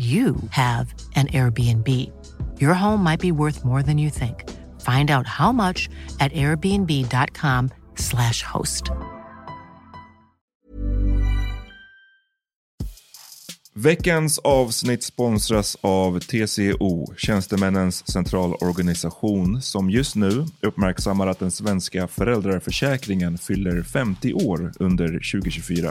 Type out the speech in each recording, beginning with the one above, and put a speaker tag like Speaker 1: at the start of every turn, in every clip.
Speaker 1: you have an Airbnb. Your home might be worth more than you think. Find out how much at airbnb.com/slash host.
Speaker 2: Veckans avsnitt sponsras av TCO, Tjänstemännens centralorganisation, som just nu uppmärksammar att den svenska föräldraförsäkringen fyller 50 år under 2024.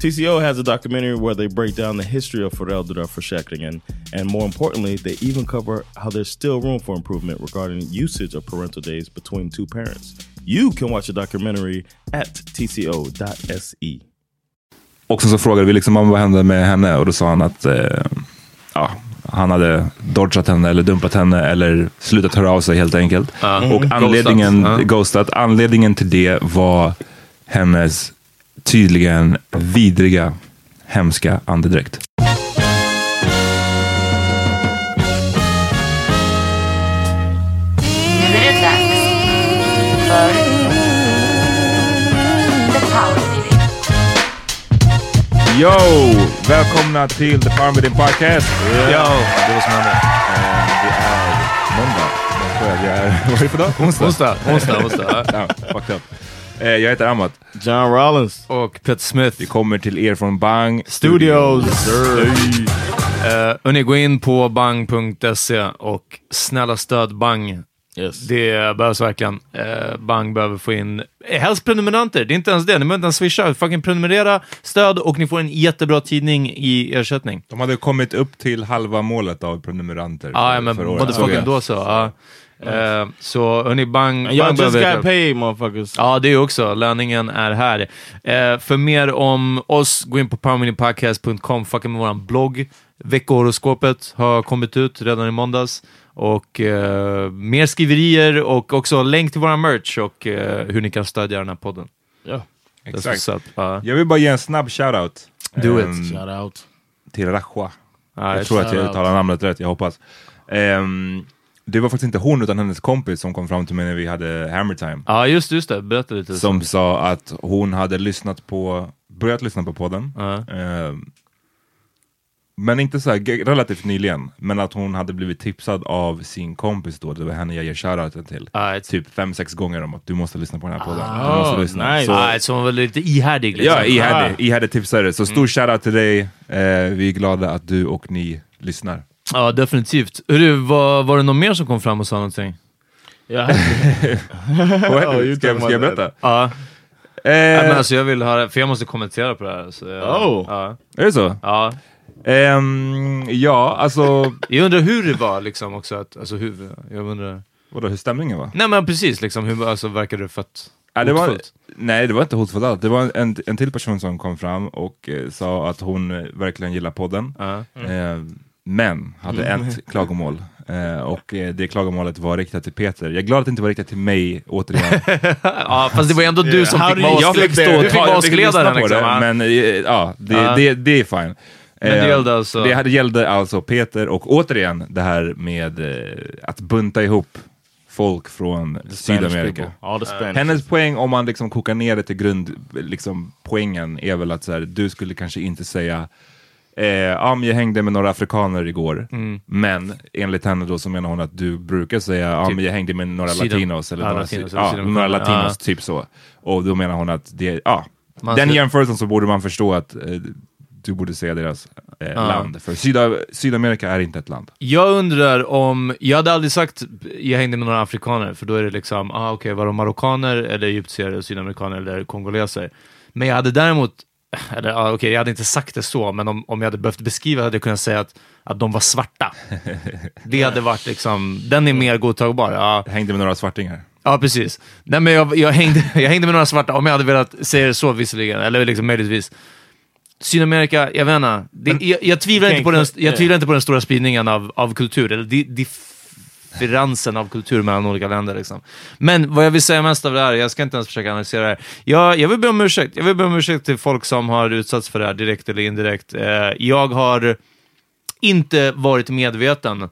Speaker 3: TCO has a documentary where they break down the history of föräldraförsäkringen and more importantly, they even cover how there's still room for improvement regarding usage of parental days between two parents. You can watch the documentary at tco.se.
Speaker 2: Och sen så frågade vi liksom "Mamma, vad hände med henne och då sa han att eh, ja, han hade dodgat henne eller dumpat henne eller slutat höra av sig helt enkelt. och anledningen,
Speaker 4: Mm. Ghostat.
Speaker 2: ghostat.
Speaker 4: Ja.
Speaker 2: anledningen till det var hennes tydligen vidriga, hemska andedräkt.
Speaker 5: Nu är det dags för The Power Meeting.
Speaker 2: Yo! Välkomna till The Farm Within Podcast! Yo! Det var som hände. Eh, Det är måndag. Jag tror att jag är... Vad är det för dag? Onsdag?
Speaker 4: Onsdag, onsdag, onsdag.
Speaker 2: ja, fucked up. Eh, Jag heter Amat.
Speaker 3: John Rollins.
Speaker 4: Och Pet Smith.
Speaker 2: Vi kommer till er från Bang
Speaker 3: Studios.
Speaker 2: Hey.
Speaker 4: Eh, och ni går in på bang.se och snälla stöd Bang.
Speaker 3: Yes.
Speaker 4: Det behövs verkligen. Eh, bang behöver få in, eh, helst prenumeranter. Det är inte ens det. Ni behöver inte ens swisha. Fucking prenumerera, stöd och ni får en jättebra tidning i ersättning.
Speaker 2: De hade kommit upp till halva målet av prenumeranter.
Speaker 4: Ja, ja, men motherfucking då så. ja. Eh, så hörni, Bang,
Speaker 3: And y'all
Speaker 4: bang
Speaker 3: just
Speaker 4: behöver...
Speaker 3: got paid, motherfuckers.
Speaker 4: Ja, det också. Löningen är här. Eh, för mer om oss, gå in på powerminipodcast.com. Fucka med våran blogg. Veckohoroskopet har kommit ut redan i måndags. Och eh, mer skriverier och också länk till våran merch och eh, hur ni kan stödja den här podden.
Speaker 3: Yeah.
Speaker 4: Det är så
Speaker 2: Exakt.
Speaker 4: satt, ja.
Speaker 2: Jag vill bara ge en snabb shoutout.
Speaker 4: Do it.
Speaker 2: ehm,
Speaker 3: Shout out.
Speaker 2: till Rajwa.
Speaker 4: Ja,
Speaker 2: jag tror att jag
Speaker 3: shoutout.
Speaker 2: uttalar namnet rätt, jag hoppas. Ehm, det var faktiskt inte hon utan hennes kompis som kom fram till mig när vi hade Hammer Time.
Speaker 4: Ja, just, just det. Berätta lite.
Speaker 2: Som sa att hon hade lyssnat på, börjat lyssna på podden.
Speaker 4: Ja.
Speaker 2: Ehm, Eh, Men inte så här, g- relativt nyligen, men att hon hade blivit tipsad av sin kompis då, det var henne jag ger shoutouten till.
Speaker 4: Ah, ett-
Speaker 2: Typ fem, sex gånger om att du måste lyssna på den här podden. du måste lyssna.
Speaker 3: nice.
Speaker 2: Så,
Speaker 4: ah, så hon var lite ihärdig liksom.
Speaker 2: ja, ihärdig, ihärdig tipsare. Så
Speaker 4: Mm.
Speaker 2: stor shoutout till dig. Eh, vi är glada att du och ni lyssnar.
Speaker 4: Ja, definitivt. Hörru, var, var det någon mer som kom fram och sa någonting?
Speaker 3: Yeah.
Speaker 2: Vad
Speaker 3: Oh,
Speaker 2: händer?
Speaker 3: you
Speaker 2: ska, jag, ska
Speaker 3: talking
Speaker 2: jag
Speaker 3: about
Speaker 2: berätta?
Speaker 4: Ja.
Speaker 2: Eh,
Speaker 4: Nej, men alltså jag vill höra, för jag måste kommentera på det här. Så jag,
Speaker 3: Oh.
Speaker 4: ja,
Speaker 2: Är det så?
Speaker 4: ja.
Speaker 2: Ehm, ja, alltså...
Speaker 4: Jag undrar hur det var liksom också, att, alltså hur, jag undrar.
Speaker 2: Vadå, hur stämningen var?
Speaker 4: Nej men precis liksom, hur alltså, verkade det fett
Speaker 2: Ja, det var,
Speaker 4: hotfullt?
Speaker 2: nej, det var inte hotfullt alls. Det var en, en till person som kom fram och eh, sa att hon eh, verkligen gillar podden.
Speaker 4: Ja. Mm.
Speaker 2: Eh, men hade ett klagomål. Eh, och eh, det klagomålet var riktat till Peter. Jag är glad att det inte var riktat till mig, återigen.
Speaker 4: Ja, fast det var ändå du som
Speaker 3: How
Speaker 4: fick
Speaker 3: do
Speaker 4: vara
Speaker 3: you- jag
Speaker 4: åskle-
Speaker 3: fick stå och
Speaker 4: Du fick
Speaker 3: ta-
Speaker 4: vara
Speaker 2: jag fick lyssna
Speaker 4: åskledaren
Speaker 2: på
Speaker 4: liksom.
Speaker 2: det,
Speaker 4: ja.
Speaker 2: Men eh, ja, det,
Speaker 4: Ja.
Speaker 2: Det, det är fine.
Speaker 4: Men det
Speaker 2: Eh,
Speaker 4: gällde alltså-
Speaker 2: Det hade- gällde alltså Peter och återigen det här med eh, att bunta ihop folk från Sydamerika.
Speaker 3: All the Spanish.
Speaker 2: Hennes poäng, om man liksom kokar ner det till grund, liksom, poängen är väl att så här, du skulle kanske inte säga Eh, ja, men jag hängde med några afrikaner igår,
Speaker 4: Mm.
Speaker 2: men enligt henne då så menar hon att du brukar säga ja,
Speaker 4: Typ
Speaker 2: men jag hängde med några
Speaker 4: sydam-
Speaker 2: latinos eller
Speaker 4: ja,
Speaker 2: några,
Speaker 4: latinos
Speaker 2: sy-
Speaker 4: eller
Speaker 2: ja, några
Speaker 4: sydamerikaner.
Speaker 2: latinos,
Speaker 4: Ja.
Speaker 2: typ så. Och då menar hon att det, ja,
Speaker 4: Man
Speaker 2: den
Speaker 4: ska-
Speaker 2: jämförelsen så borde man förstå att eh, du borde säga deras eh, land, för Syda, Sydamerika är inte ett land.
Speaker 4: Jag undrar om, jag hade aldrig sagt jag hängde med några afrikaner, för då är det liksom, ah, okej, var de marockaner, eller egyptier, sydamerikaner eller kongoleser? Men jag hade däremot, eller ah, okej, jag hade inte sagt det så, men om, om jag hade behövt beskriva hade jag kunnat säga att, att de var svarta. Det hade varit liksom, den är mer godtagbar. Ja,
Speaker 2: Hängde med några svartingar.
Speaker 4: ja precis. Nej, men jag, jag, hängde, jag hängde med några svarta, om jag hade velat säga det så visserligen, eller liksom möjligtvis. Sydamerika, jag vet inte. Det, jag, jag, tvivlar inte på den, jag tvivlar inte på den stora spridningen av, av kultur, eller di, differensen av kultur mellan olika länder. Liksom. Men vad jag vill säga mest av det här, jag ska inte ens försöka analysera det här. Jag, jag vill be om ursäkt. Jag vill be om ursäkt till folk som har utsatts för det här, direkt eller indirekt. Eh, jag har inte varit medveten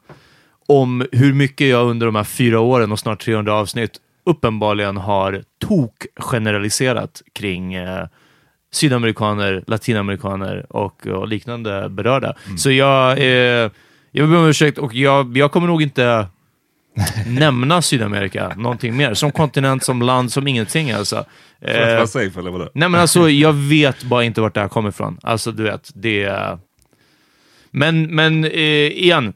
Speaker 4: om hur mycket jag under de här fyra åren och snart 300 avsnitt uppenbarligen har tok-generaliserat kring eh, sydamerikaner, latinamerikaner och, och liknande berörda. Så jag, eh, jag ber om ursäkt och jag, jag kommer nog inte nämna Sydamerika någonting mer. Som kontinent, som land, som ingenting alltså.
Speaker 2: För att
Speaker 4: Eh,
Speaker 2: vara safe eller vadå?
Speaker 4: Nej men alltså jag vet bara inte vart det här kommer ifrån. Alltså du vet, det... är- Men, men eh, igen,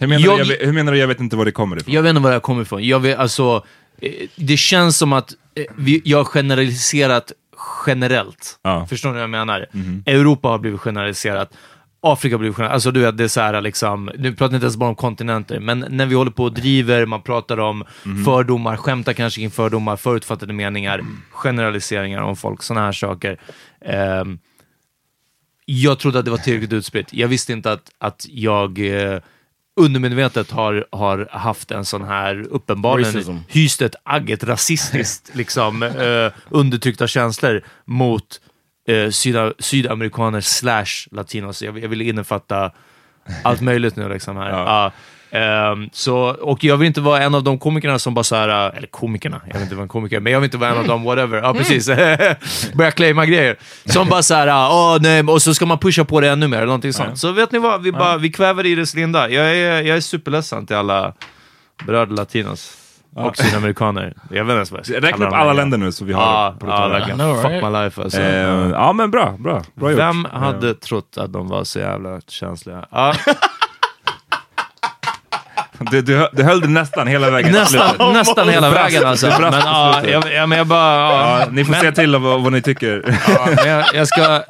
Speaker 2: Hur menar,
Speaker 4: jag-
Speaker 2: du, jag, vet- hur menar du jag vet inte var det kommer ifrån?
Speaker 4: jag vet inte var det här kommer ifrån. Jag vet, alltså, eh, det känns som att eh, vi, jag har generaliserat generellt.
Speaker 2: Ja.
Speaker 4: Förstår ni vad jag menar? Europa har blivit generaliserat. Afrika har blivit generaliserat. Alltså du vet, det är så här liksom, nu pratar jag inte ens bara om kontinenter, men när vi håller på och driver, man pratar om fördomar, skämtar kanske kring fördomar, förutfattade meningar, generaliseringar om folk, sådana här saker. Ehm, jag trodde att det var tillräckligt utspritt. Jag visste inte att, att jag eh, undermedvetet har, har haft en sån här, uppenbarligen
Speaker 3: Racism.
Speaker 4: hyst ett agg, ett rasistiskt, liksom, eh, undertryckta känslor mot eh, syda, sydamerikaner slash latinos. Jag, jag vill innefatta allt möjligt nu liksom här. Ja. Ehm, så, och jag vill inte vara en av de komikerna som bara så här, eh, eller komikerna, jag vet inte vad en komiker är, men jag vill inte vara en av dem, whatever. Ja, precis.
Speaker 3: Mm.
Speaker 4: Börja claima grejer. Som bara så här, ah, åh nej, och så ska man pusha på det ännu mer, eller någonting sånt. Så vet ni vad, vi, bara, vi kväver i dess linda. Jag är, jag är superledsen till alla berörda latinos och sydamerikaner. Jag vet inte ens vad jag ska
Speaker 2: Räkna
Speaker 4: kalla
Speaker 2: upp
Speaker 4: dem
Speaker 2: alla
Speaker 4: längre.
Speaker 2: länder nu så vi har
Speaker 4: Ja,
Speaker 2: på det
Speaker 4: ja,
Speaker 2: torra.
Speaker 4: verkligen.
Speaker 3: I know,
Speaker 4: Fuck
Speaker 3: right?
Speaker 4: my life alltså.
Speaker 2: Eh, ja men bra, bra. bra gjort. Eh.
Speaker 4: Vem hade trott att de var så jävla känsliga? Ja.
Speaker 2: Du, du, du höll Eh, det nästan hela vägen till slutet.
Speaker 4: Nästan, nästan hela vägen alltså. Men, ja, jag, jag, men jag bara... Ja,
Speaker 2: Ja, ni får säga till vad, vad ni tycker.
Speaker 4: ja, men jag, jag ska...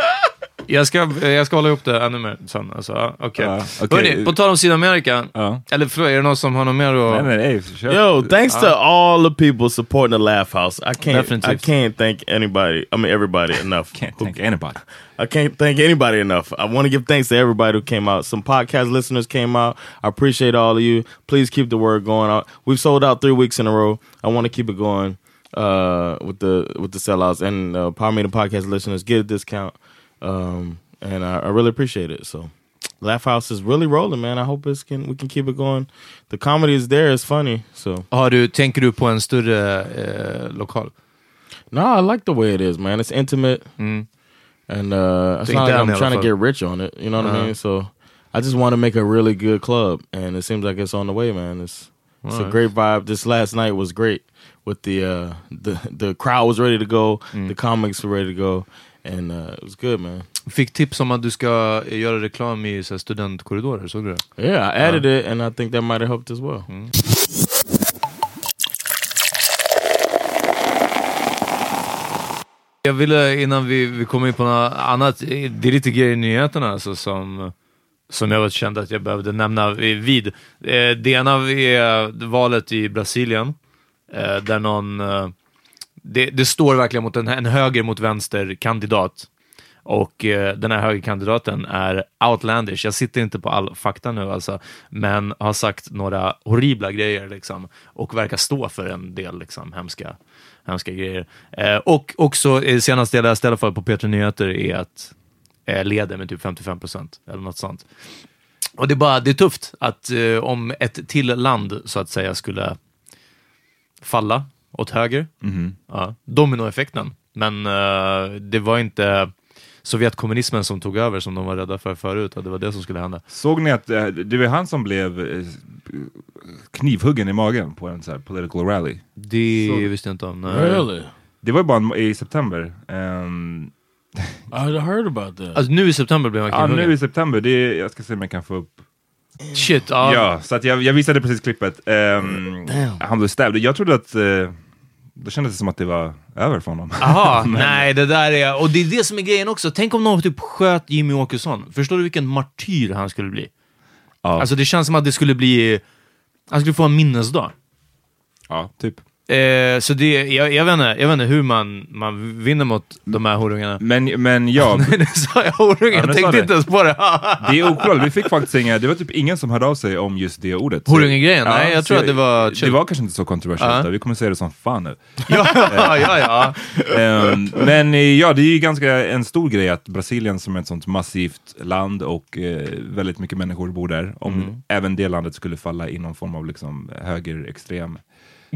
Speaker 4: Jag ska, jag ska hålla ihop det ännu mer sen. Alltså, ja, okej.
Speaker 2: Ja, okej.
Speaker 4: Hörrni, på tal om Sydamerika.
Speaker 2: Ja.
Speaker 4: Eller förlåt, är det någon som har något mer att...
Speaker 2: nej, nej, nej, kör.
Speaker 3: Yo, thanks to all the people supporting the Laugh House. I can't
Speaker 4: Definitely.
Speaker 3: I can't thank anybody. I mean everybody enough.
Speaker 2: Can't thank anybody.
Speaker 3: I can't thank anybody enough. I want to give thanks to everybody who came out. Some podcast listeners came out. I appreciate all of you. Please keep the word going. I- We've sold out three weeks in a row. I want to keep it going uh, with the with the sellouts and uh, Power Meeting podcast listeners get a discount. Um, and I, I really appreciate it. So, Laugh House is really rolling, man. I hope it's can we can keep it going. The comedy is there. It's funny. So,
Speaker 4: Har du, tänker du på en större eh, lokal?
Speaker 3: no, I like the way it is, man. It's intimate. And uh, it's
Speaker 4: Take
Speaker 3: not like
Speaker 4: down
Speaker 3: I'm
Speaker 4: the
Speaker 3: trying to
Speaker 4: elephant.
Speaker 3: Uh-huh. get rich on it. You know what I mean? So I just want to make a really good club, and it seems like it's on the way, man. It's it's a great vibe. This last night was great with the uh, the the crowd was ready to go, the comics were ready to go, and uh, it was good, man.
Speaker 4: Fick tips om att du ska göra reklam i så här, studentkorridorer, såg du det?
Speaker 3: Yeah, I Mm. added it, and I think that might have helped as well.
Speaker 4: Jag ville, innan vi, vi kommer in på något annat, eh, det är lite grejer i nyheterna alltså, som, som jag kände att jag behövde nämna vid. vid. Eh, Det ena är valet i Brasilien, eh, där någon... eh, Det, det står verkligen mot en, en höger mot vänster-kandidat. Och eh, den här högerkandidaten är outlandish. Jag sitter inte på all fakta nu alltså, men har sagt några horribla grejer liksom, och verkar stå för en del liksom, hemska, hemska grejer. Eh, och också, eh, senaste jag läste i alla fall på P3 Nyheter är att eh, leder med typ 55 procent eller något sånt. Och det är, bara, det är tufft att eh, om ett till land så att säga skulle falla åt höger. Ja, dominoeffekten. Men eh, det var inte Sovjetkommunismen som tog över som de var rädda för förut. Att det var det som skulle hända.
Speaker 2: Såg ni att eh, det var han som blev eh, knivhuggen i magen på en så här political rally?
Speaker 4: Det visste jag inte om. Nej.
Speaker 3: Really,
Speaker 2: Det var ju bara en, i september. Ehm,
Speaker 3: I heard about that.
Speaker 4: Alltså, nu i september blev han
Speaker 2: ja,
Speaker 4: knivhuggen.
Speaker 2: nu i september, det är, jag ska se om jag kan få upp.
Speaker 4: Shit, ja.
Speaker 2: Ja, så att jag, jag visade precis klippet. Ehm, han blev stabbed. Jag trodde att, eh, då kändes det som att det var över för honom.
Speaker 4: Aha, nej det där är... Och det är det som är grejen också. Tänk om någon typ sköt Jimmy Åkesson. Förstår du vilken martyr han skulle bli?
Speaker 2: Ja.
Speaker 4: Alltså det känns som att det skulle bli... Han skulle få en minnesdag.
Speaker 2: ja, typ.
Speaker 4: Eh, så det, jag, jag, vet inte, jag vet inte hur man, man vinner mot de här horungarna.
Speaker 2: Men, men ja,
Speaker 4: Nej, nu sa jag horungar.
Speaker 2: Ja, nu sa
Speaker 4: jag tänkte
Speaker 2: du.
Speaker 4: inte ens på det.
Speaker 2: det är oklart. Vi fick faktiskt inga, det var typ ingen som hörde av sig om just det ordet.
Speaker 4: Horungegrejen? Nej, jag
Speaker 2: så
Speaker 4: tror att det var chill.
Speaker 2: Det var kanske inte så kontroversiellt.
Speaker 4: Ja.
Speaker 2: då. Vi kommer säga det som fan nu.
Speaker 4: ja, ja, ja.
Speaker 2: Ehm, men eh, ja, det är ju ganska en stor grej att Brasilien som är ett sånt massivt land och eh, väldigt mycket människor bor där, om
Speaker 4: Mm.
Speaker 2: även det landet skulle falla i någon form av liksom högerextrem,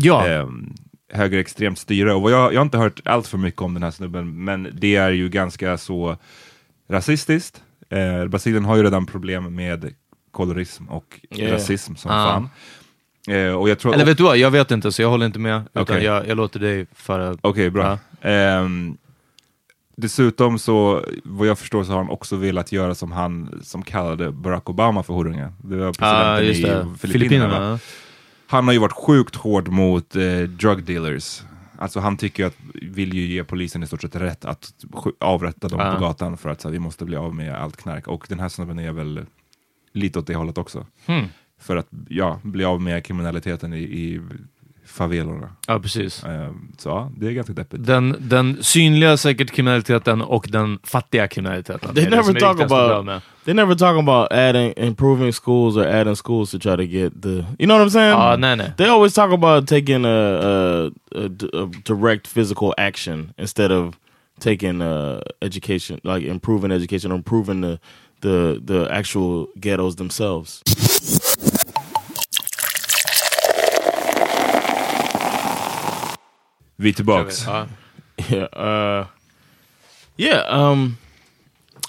Speaker 4: Ja,
Speaker 2: ehm, högerextremt styre. Och vad jag, jag har inte hört allt för mycket om den här snubben, men det är ju ganska så rasistiskt. Eh, Brasilien har ju redan problem med kolorism och
Speaker 3: Yeah.
Speaker 2: rasism som
Speaker 4: Ah.
Speaker 2: fan. Eh, och jag tror
Speaker 4: eller vet du vad? Jag vet inte, så jag håller inte med. Utan
Speaker 2: Okej.
Speaker 4: jag, jag låter dig föra...
Speaker 2: Okej, bra.
Speaker 4: Ja.
Speaker 2: Ehm, dessutom så, vad jag förstår så har han också velat göra som han som kallade Barack Obama för horunge. Det var presidenten
Speaker 4: Ah, just det.
Speaker 2: i Filippinerna. va?
Speaker 4: ja.
Speaker 2: Han har ju varit sjukt hård mot eh, drug dealers. Alltså han tycker ju att, vill ju ge polisen i stort sett rätt att sk- avrätta dem
Speaker 4: Ah.
Speaker 2: på gatan för att så här, vi måste bli av med allt knark. Och den här snubben är väl lite åt det hållet också.
Speaker 4: Hmm.
Speaker 2: För att, ja, bli av med kriminaliteten i, i favelorna.
Speaker 4: ja, precis.
Speaker 2: Ehm, så ja, det är ganska deppigt.
Speaker 4: Den, den synliga säkert kriminaliteten och den fattiga kriminaliteten.
Speaker 3: They
Speaker 4: Det är det
Speaker 3: never
Speaker 4: som är
Speaker 3: talk
Speaker 4: viktigast att
Speaker 3: about-
Speaker 4: dra med.
Speaker 3: They never talking about adding improving schools or adding schools to try to get the you know what I'm saying?
Speaker 4: Ah, nej, nej.
Speaker 3: They always talk about taking a, a, a d- a direct physical action instead of taking uh, education, like improving education or improving the the the actual ghettos themselves.
Speaker 2: Vi är tillbaks.
Speaker 4: Ja.
Speaker 3: Yeah, uh, yeah. Um,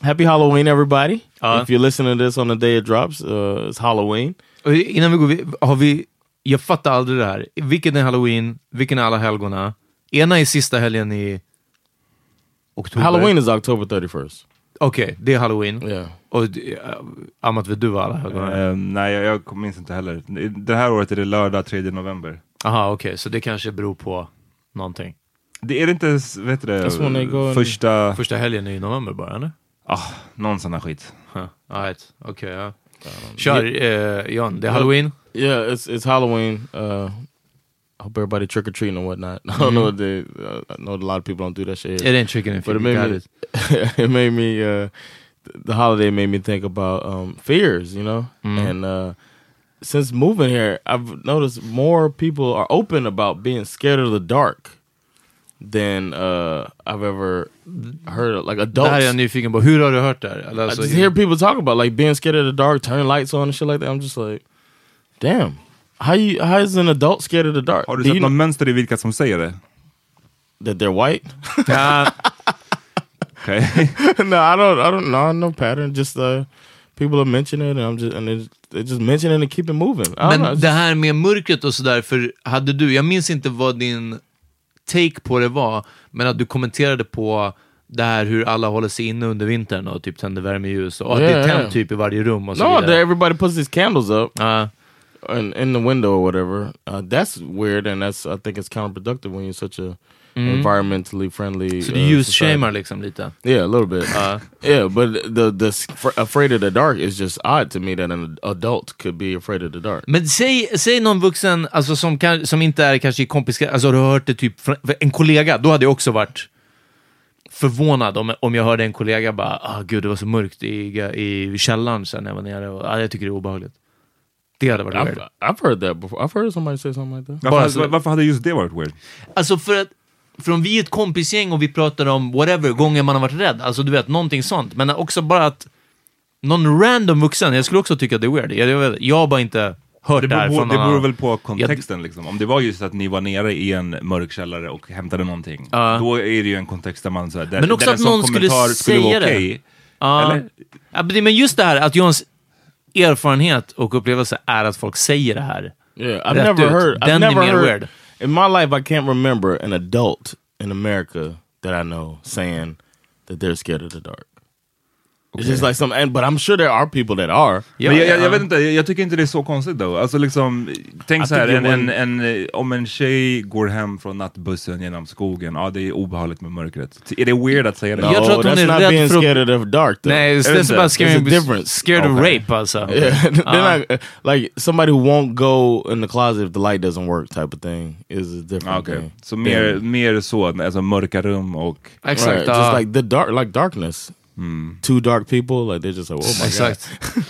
Speaker 3: happy Halloween, everybody!
Speaker 4: Uh.
Speaker 3: if you're listening to this on the day it drops, uh, it's Halloween.
Speaker 4: Och innan vi går vid- har vi... Jag fattar aldrig det här. Vilken är halloween? Vilken är alla helgona? Ena är sista helgen i oktober.
Speaker 3: Halloween is October 31st.
Speaker 4: Okej, det är halloween.
Speaker 3: Yeah.
Speaker 4: Och eh, Amat, vet du vad alla helgona är?
Speaker 2: Eh, nej, jag, jag minns inte heller. Det här året är det lördag 3 november.
Speaker 4: Aha, okej, så det kanske beror på någonting.
Speaker 2: Det är det inte, ens, vet du
Speaker 3: That's when they go
Speaker 2: det,
Speaker 3: and-
Speaker 2: första...
Speaker 4: Första helgen i november bara, eller?
Speaker 2: Ah, någon sån här skit.
Speaker 4: Huh. All right. okej. ja. Kör, eh, John. Det är halloween.
Speaker 3: Yeah, it's it's Halloween. Uh, I hope everybody trick or treating and whatnot. I don't know what they. Uh, I know a lot of people don't do that shit.
Speaker 4: Mm-hmm. It ain't chicken if
Speaker 3: but it
Speaker 4: you
Speaker 3: made
Speaker 4: got
Speaker 3: me.
Speaker 4: it.
Speaker 3: it made me. Uh, th- the holiday made me think about um, fears, you know.
Speaker 4: Mm-hmm.
Speaker 3: And uh, since moving here, I've noticed more people are open about being scared of the dark than uh, I've ever heard. Of. Like
Speaker 4: Det här är
Speaker 3: adults,
Speaker 4: jag nyfiken på. Hur har du hört det här? Eller
Speaker 3: I
Speaker 4: Alltså,
Speaker 3: just hear people talk about like being scared of the dark, turning lights on and shit like that. I'm just like, damn. How you? How is an adult scared of the dark?
Speaker 2: Har du
Speaker 3: Do
Speaker 2: sett
Speaker 3: you
Speaker 2: något
Speaker 3: know
Speaker 2: mönster i vilka som säger det?
Speaker 3: that they're white?
Speaker 2: Okej.
Speaker 3: no, I don't. I don't know. No pattern. Just uh, people are mentioning it, and I'm just and they're just- they're just mentioning it and keep it moving. I don't know,
Speaker 4: Men
Speaker 3: it's
Speaker 4: det
Speaker 3: just-
Speaker 4: här med mörkret och sådär, för hade du, jag minns inte vad din take på det var, men att du kommenterade på det här hur alla håller sig inne under vintern och typ tänder värmeljus och att det
Speaker 3: Ja,
Speaker 4: är
Speaker 3: ja.
Speaker 4: tänt typ i varje rum och så
Speaker 3: no, that
Speaker 4: vidare.
Speaker 3: everybody puts these candles up
Speaker 4: Ja.
Speaker 3: in, in the window or whatever. Uh, that's weird, and that's I think it's counterproductive when you're such a environmentally friendly.
Speaker 4: så
Speaker 3: uh,
Speaker 4: du ljusshamar
Speaker 3: society.
Speaker 4: liksom lite.
Speaker 3: Yeah, a little bit. Uh, yeah, but the the s- fr- afraid of the dark is just odd to me that an adult could be afraid of the dark.
Speaker 4: Men säg, säg någon vuxen alltså, som, kan, som inte är kanske i kompiskrets, alltså har du hört det typ från för en kollega, då hade jag också varit förvånad om, om jag hörde en kollega bara ah, gud det var så mörkt i, i källaren sen när jag var nere och ah, jag tycker det är obehagligt. Det hade varit
Speaker 3: I've,
Speaker 4: weird.
Speaker 3: I've heard that before. I've heard somebody say something like that.
Speaker 2: Varför,
Speaker 4: Bara så-
Speaker 2: varför hade just det varit weird?
Speaker 4: Alltså för att, för om vi är ett kompisgäng och vi pratar om whatever, gånger man har varit rädd, alltså du vet, någonting sånt. Men också bara att någon random vuxen, jag skulle också tycka att det är weird. Jag, jag, vet- jag har bara inte hört
Speaker 2: Det
Speaker 4: det, här
Speaker 2: beror,
Speaker 4: från
Speaker 2: det
Speaker 4: någon
Speaker 2: beror
Speaker 4: annan.
Speaker 2: väl på kontexten. Liksom. Om det var just att ni var nere i en mörk källare och hämtade någonting, då är det ju en kontext där man... Så här, där,
Speaker 4: Men också
Speaker 2: där en
Speaker 4: att
Speaker 2: sån
Speaker 4: någon skulle
Speaker 2: kommentar vara
Speaker 4: säga det.
Speaker 2: okej.
Speaker 4: Ja.
Speaker 2: Eller?
Speaker 4: Ja, men det- men just det här att Johns erfarenhet och upplevelse är att folk säger det här.
Speaker 3: Yeah, I've
Speaker 4: Rätt
Speaker 3: never
Speaker 4: ut.
Speaker 3: heard. I've
Speaker 4: Den är
Speaker 3: never
Speaker 4: mer
Speaker 3: heard.
Speaker 4: weird.
Speaker 3: In my life, I can't remember an adult in America that I know saying that they're scared of the dark. It's just like some, and, but I'm sure there are people that are.
Speaker 4: Ja,
Speaker 2: men jag, jag,
Speaker 4: ja.
Speaker 2: jag vet inte, jag, jag tycker inte det är så konstigt då. Alltså liksom, tänk
Speaker 3: Jag
Speaker 2: så här,
Speaker 3: tycker
Speaker 2: en,
Speaker 3: det var-
Speaker 2: en, en, eh, om en tjej går hem från nattbussen genom skogen, ja det är obehagligt med mörkret. Är det weird att säga det?
Speaker 4: Jag tror att hon
Speaker 3: that's
Speaker 4: är
Speaker 3: not
Speaker 4: rädd
Speaker 3: being
Speaker 4: för att-
Speaker 3: scared of the dark. Though.
Speaker 4: Nej,
Speaker 3: Isn't
Speaker 4: that's
Speaker 3: that-
Speaker 4: about
Speaker 3: there's a
Speaker 4: scared,
Speaker 3: difference.
Speaker 4: scared of rape alltså.
Speaker 3: Yeah, they're
Speaker 4: Um,
Speaker 3: not, uh, like somebody who won't go in the closet if the light doesn't work, type of thing, is a
Speaker 2: Ja,
Speaker 3: different
Speaker 2: Okej,
Speaker 3: thing.
Speaker 2: så mer,
Speaker 3: than-
Speaker 2: mer så, alltså mörka rum och...
Speaker 4: Exakt.
Speaker 3: right,
Speaker 4: ja.
Speaker 3: just like the dark, like darkness. Two dark people, like they're just like, oh my god.
Speaker 4: Exakt.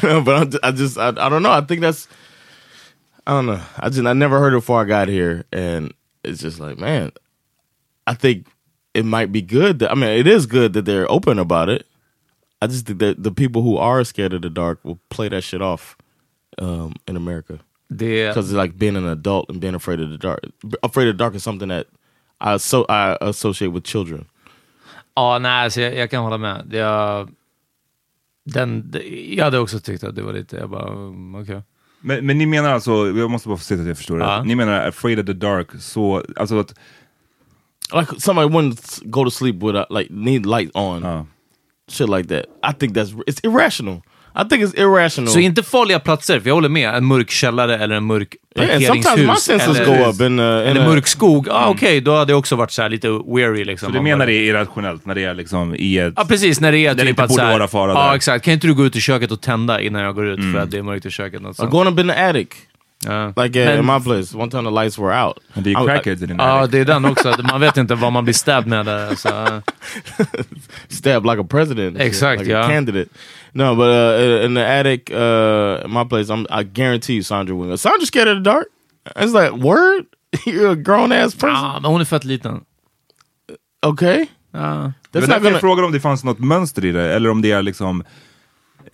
Speaker 3: but I'm, ju- I just I, I don't know. I think that's I don't know. I just I never heard it before I got here, and it's just like man, I think it might be good. That, I mean, it is good that they're open about it. I just think that the people who are scared of the dark will play that shit off um, in America
Speaker 4: Det,
Speaker 3: because it's like being an adult and being afraid of the dark. Afraid of the dark is something that I so I associate with children.
Speaker 4: ja, nej, alltså, jag, jag kan hålla med. Det, jag, den, det, jag hade också tyckt att det var lite, jag bara, mm, okej.
Speaker 2: Men, men ni menar alltså, jag måste bara få se att jag förstår det.
Speaker 4: Ja.
Speaker 2: Ni menar afraid of the dark, så, alltså att...
Speaker 3: Like somebody wouldn't s- go to sleep without like need light on.
Speaker 2: ja.
Speaker 3: shit like that. I think that's it's irrational. I think it's irrational.
Speaker 4: Så inte farliga platser, för jag håller med. En mörk källare eller en mörk
Speaker 3: yeah, and
Speaker 4: parkeringshus.
Speaker 3: sometimes my senses
Speaker 4: eller,
Speaker 3: go up in, uh, in
Speaker 4: eller
Speaker 3: a-
Speaker 4: mörk skog. Ah, Okej, då hade jag också varit så här lite weary. Liksom.
Speaker 2: Så du
Speaker 4: Man
Speaker 2: menar
Speaker 4: bara-
Speaker 2: det är irrationellt när det är liksom i ett...
Speaker 4: Ja, precis. När det är
Speaker 2: Där det
Speaker 4: typ
Speaker 2: inte
Speaker 4: att
Speaker 2: borde
Speaker 4: så här-
Speaker 2: vara fara
Speaker 4: Ja,
Speaker 2: där. Mm.
Speaker 4: exakt. Kan inte du gå ut i köket och tända innan jag går ut för att det är mörkt i köket? Något
Speaker 3: Or
Speaker 4: sånt.
Speaker 3: Uh, going up in the attic.
Speaker 4: Ja.
Speaker 3: Like uh, in
Speaker 4: Men-
Speaker 3: my place, one time the lights were out.
Speaker 2: Men det är
Speaker 3: I-
Speaker 2: ju crackheads i din
Speaker 4: Ja,
Speaker 2: ah,
Speaker 4: det är den också. att Man vet inte vad man blir stabbed med där. Alltså. Ja.
Speaker 3: I stabbed like a president. and shit,
Speaker 4: Exact,
Speaker 3: like
Speaker 4: yeah.
Speaker 3: a candidate. No, but uh, in the attic, uh, in my place, I'm, I guarantee you Sandra will. Sandra's scared of the dark. It's like, word? You're a grown ass person?
Speaker 4: Ah, men hon är fett liten.
Speaker 3: Okay.
Speaker 4: Ja.
Speaker 3: That's
Speaker 2: Men
Speaker 3: not
Speaker 2: därför
Speaker 3: gonna...
Speaker 2: jag frågar om det fanns något mönster i det, eller om det är liksom...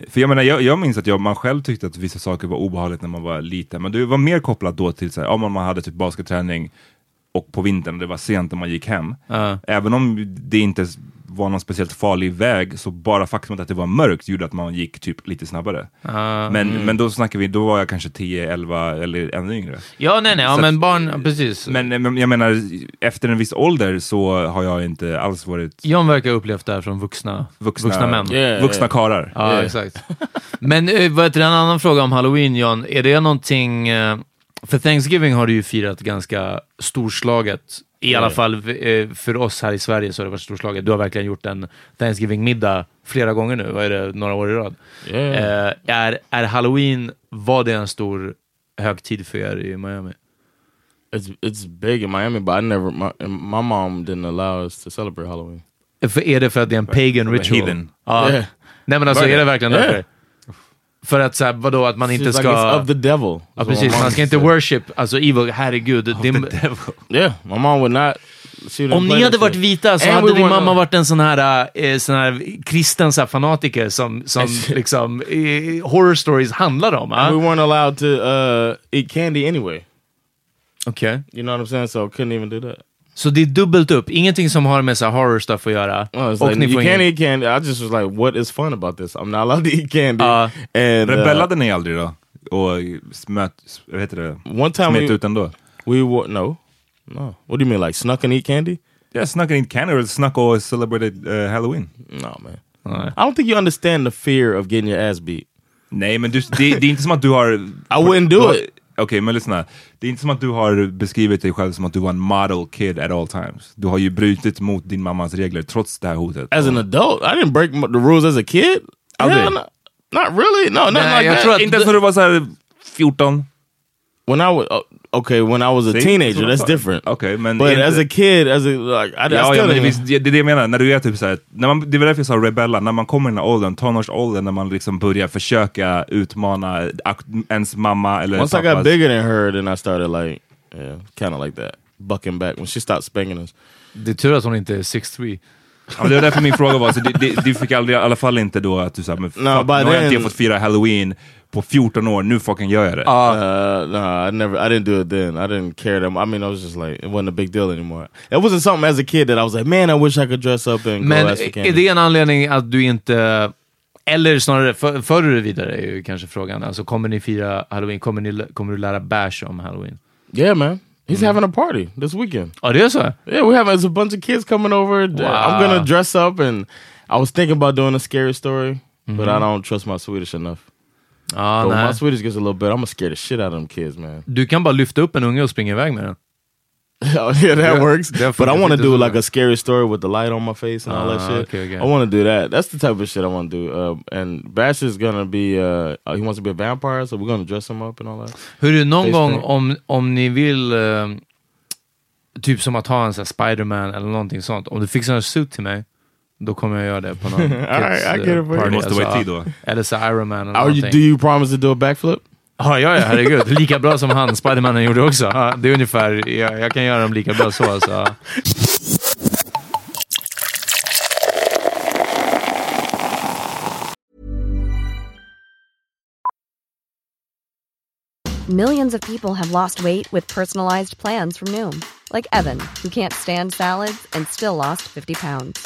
Speaker 2: För jag menar, jag, jag minns att jag, man själv tyckte att vissa saker var obehagligt när man var liten, men det var mer kopplat då till så här, om man hade typ basketträning och på vintern, det var sent när man gick hem.
Speaker 4: Ja.
Speaker 2: Även om det inte s- var någon speciellt farlig väg, så bara faktumet att det var mörkt gjorde att man gick typ lite snabbare. men, men då snackar vi, då var jag kanske 10, 11 eller ännu yngre.
Speaker 4: ja, nej, nej. Ja,
Speaker 2: Så att-
Speaker 4: men barn... ja, Precis.
Speaker 2: Men, eh, men jag menar, efter en viss ålder så har jag inte alls varit
Speaker 4: John verkar ha upplevt det här från vuxna, vuxna,
Speaker 2: vuxna,
Speaker 4: män.
Speaker 3: Yeah,
Speaker 2: vuxna
Speaker 3: yeah.
Speaker 2: karlar.
Speaker 4: Ja, exakt. Men eh, vad heter det, en annan fråga om Halloween, John. Är det någonting... eh, För Thanksgiving har du ju firat ganska storslaget. I alla fall eh, för oss här i Sverige så har det varit storslaget. Du har verkligen gjort en Thanksgiving-middag flera gånger nu. Vad är det? Några år i rad.
Speaker 3: Yeah.
Speaker 4: Eh, Är, är Halloween, var det en stor högtid för er i Miami?
Speaker 3: It's, it's big in Miami, but I never... My, my mom didn't allow us to celebrate Halloween.
Speaker 4: För, är det för att det är en pagan ritual?
Speaker 2: Heathen.
Speaker 4: Ja.
Speaker 3: Yeah.
Speaker 4: Nej men alltså
Speaker 2: Var det?
Speaker 4: är det verkligen
Speaker 3: Yeah.
Speaker 4: därför? För att såhär, vadå, att man inte
Speaker 3: She's
Speaker 4: ska...
Speaker 3: like, it's of the devil.
Speaker 4: Ja,
Speaker 3: is what my
Speaker 4: precis.
Speaker 3: mom
Speaker 4: Man ska inte
Speaker 3: said.
Speaker 4: worship, alltså evil, herregud. Det,
Speaker 3: Yeah, my mom would not. She wouldn't
Speaker 4: om
Speaker 3: play
Speaker 4: ni
Speaker 3: that
Speaker 4: hade varit
Speaker 3: shit.
Speaker 4: vita så
Speaker 3: And
Speaker 4: hade
Speaker 3: we
Speaker 4: din
Speaker 3: weren't-
Speaker 4: mamma varit en sån här, eh, sån här kristen så här, fanatiker som, som liksom, eh, horror stories handlar om.
Speaker 3: We
Speaker 4: Ah?
Speaker 3: weren't allowed to uh, eat candy anyway.
Speaker 4: Okej.
Speaker 3: You know what I'm saying? So couldn't even do that.
Speaker 4: Så det är dubbelt upp. Ingenting som har med så här horror stuff att göra.
Speaker 3: I was like, you can't eat candy. I just was like, what is fun about this? I'm not allowed to eat candy.
Speaker 4: Uh,
Speaker 3: and uh,
Speaker 2: Rebellade ni aldrig då? Och smöt, vad heter det?
Speaker 3: One time
Speaker 2: Smet
Speaker 3: we-
Speaker 2: ut ändå?
Speaker 3: we were no, no. What do you mean, like snuck and eat candy?
Speaker 2: Yeah, snuck in Canada, snuck och celebrated eh, halloween.
Speaker 3: No, man. I don't think you understand the fear of getting your ass beat.
Speaker 2: Nej, men du, det, det är inte som att du har...
Speaker 3: I wouldn't do
Speaker 2: du har-
Speaker 3: it.
Speaker 2: Okej, men lyssna. Det är inte som att du har beskrivit dig själv som att du var en model kid at all times. Du har ju brutit mot din mammas regler trots det här hotet.
Speaker 3: As an adult, I didn't break m- the rules as a kid.
Speaker 2: I
Speaker 3: Hell
Speaker 2: did.
Speaker 3: no. Not really. No, nothing
Speaker 4: Nah,
Speaker 3: like
Speaker 4: jag
Speaker 3: that.
Speaker 4: tror att-
Speaker 2: Inte ens när du var såhär 14?
Speaker 3: when I was okay, when I was a
Speaker 2: See? That's what
Speaker 3: teenager,
Speaker 2: I
Speaker 3: that's
Speaker 2: thought.
Speaker 3: different.
Speaker 2: Okay, man,
Speaker 3: But
Speaker 2: in
Speaker 3: as
Speaker 2: the-
Speaker 3: a kid, as a like, I, I
Speaker 2: Ja, ja,
Speaker 3: still
Speaker 2: men det,
Speaker 3: didn't.
Speaker 2: visst, det det är det jag menar. När du är typ såhär, när man, det var därför jag sa rebella, när man kommer i den här åldern, tonårsåldern, när man liksom börjar försöka utmana ak- ens mamma eller
Speaker 3: Once I got
Speaker 2: pappas...
Speaker 3: bigger than her, then I started like, yeah, kind of like that, bucking back when she stopped spanking us.
Speaker 4: Det är tur att hon inte är 6'3.
Speaker 2: Ja, men det var därför min fråga var, så det, det, du fick aldrig, i alla fall inte då att du sa, men fuck,
Speaker 3: No,
Speaker 2: nu
Speaker 3: by
Speaker 2: har jag inte
Speaker 3: then-
Speaker 2: fått fira halloween på 14 år, nu fucking gör jag det.
Speaker 3: Uh, no, I never. I didn't do it then. I didn't care that. mu- I mean, I was just like, it wasn't a big deal anymore. It wasn't something as a kid that I was like, man, I wish I could dress up and go
Speaker 4: Men
Speaker 3: ask for
Speaker 4: är
Speaker 3: candy.
Speaker 4: det en anledning att du inte... Eller snarare, för, för du det vidare är ju kanske frågan. Alltså kommer ni fira halloween? Kommer, ni, kommer du lära Bash om halloween?
Speaker 3: Yeah, man. He's
Speaker 2: Mm-hmm.
Speaker 3: having a party this weekend.
Speaker 4: Ja, det är så?
Speaker 3: Yeah, we have it's a bunch of kids coming over. D-
Speaker 4: Wow.
Speaker 3: I'm gonna dress up, and I was thinking about doing a scary story, but
Speaker 4: Mm-hmm.
Speaker 3: I don't trust my Swedish enough.
Speaker 4: Ja,
Speaker 3: But when my
Speaker 4: nej.
Speaker 3: Swedish gets a little better, I'm gonna scare the shit out of them kids, man.
Speaker 4: Du kan bara lyfta upp en unge och springa iväg med den.
Speaker 3: Oh, yeah, that
Speaker 4: Yeah,
Speaker 3: works.
Speaker 4: definitely.
Speaker 3: But I want to
Speaker 4: It
Speaker 3: do
Speaker 4: doesn't
Speaker 3: like
Speaker 4: matter.
Speaker 3: a scary story with the light on my face and all that
Speaker 4: Ah,
Speaker 3: shit.
Speaker 4: okay, okay.
Speaker 3: I want to do that. That's the type of shit I want to do. Uh, and Bash is gonna be. Uh, uh, he wants to be a vampire, so we're gonna dress him up and all that.
Speaker 4: Hur är någon
Speaker 3: Face
Speaker 4: gång
Speaker 3: paint.
Speaker 4: om, om ni vill, eh, typ som att ha en sån här Spiderman eller någonting sånt, om du fixar en suit till mig, då kommer jag göra det på någon kids
Speaker 3: right, I
Speaker 4: eh,
Speaker 3: get it, bro.
Speaker 4: party.
Speaker 2: Det måste vara i
Speaker 4: Alltså,
Speaker 2: tid då.
Speaker 4: Eller så Iron Man eller
Speaker 3: Are you? Do
Speaker 4: någonting.
Speaker 3: you promise to do a backflip?
Speaker 4: Ja, ja, ja, herregud. Lika bra som han, Spidermannen gjorde också. Ja, det är ungefär, jag, jag kan göra dem lika bra så. Alltså.
Speaker 6: Millions of people have lost weight with personalized plans from Noom, like Evan, who can't stand salads and still lost 50 pounds.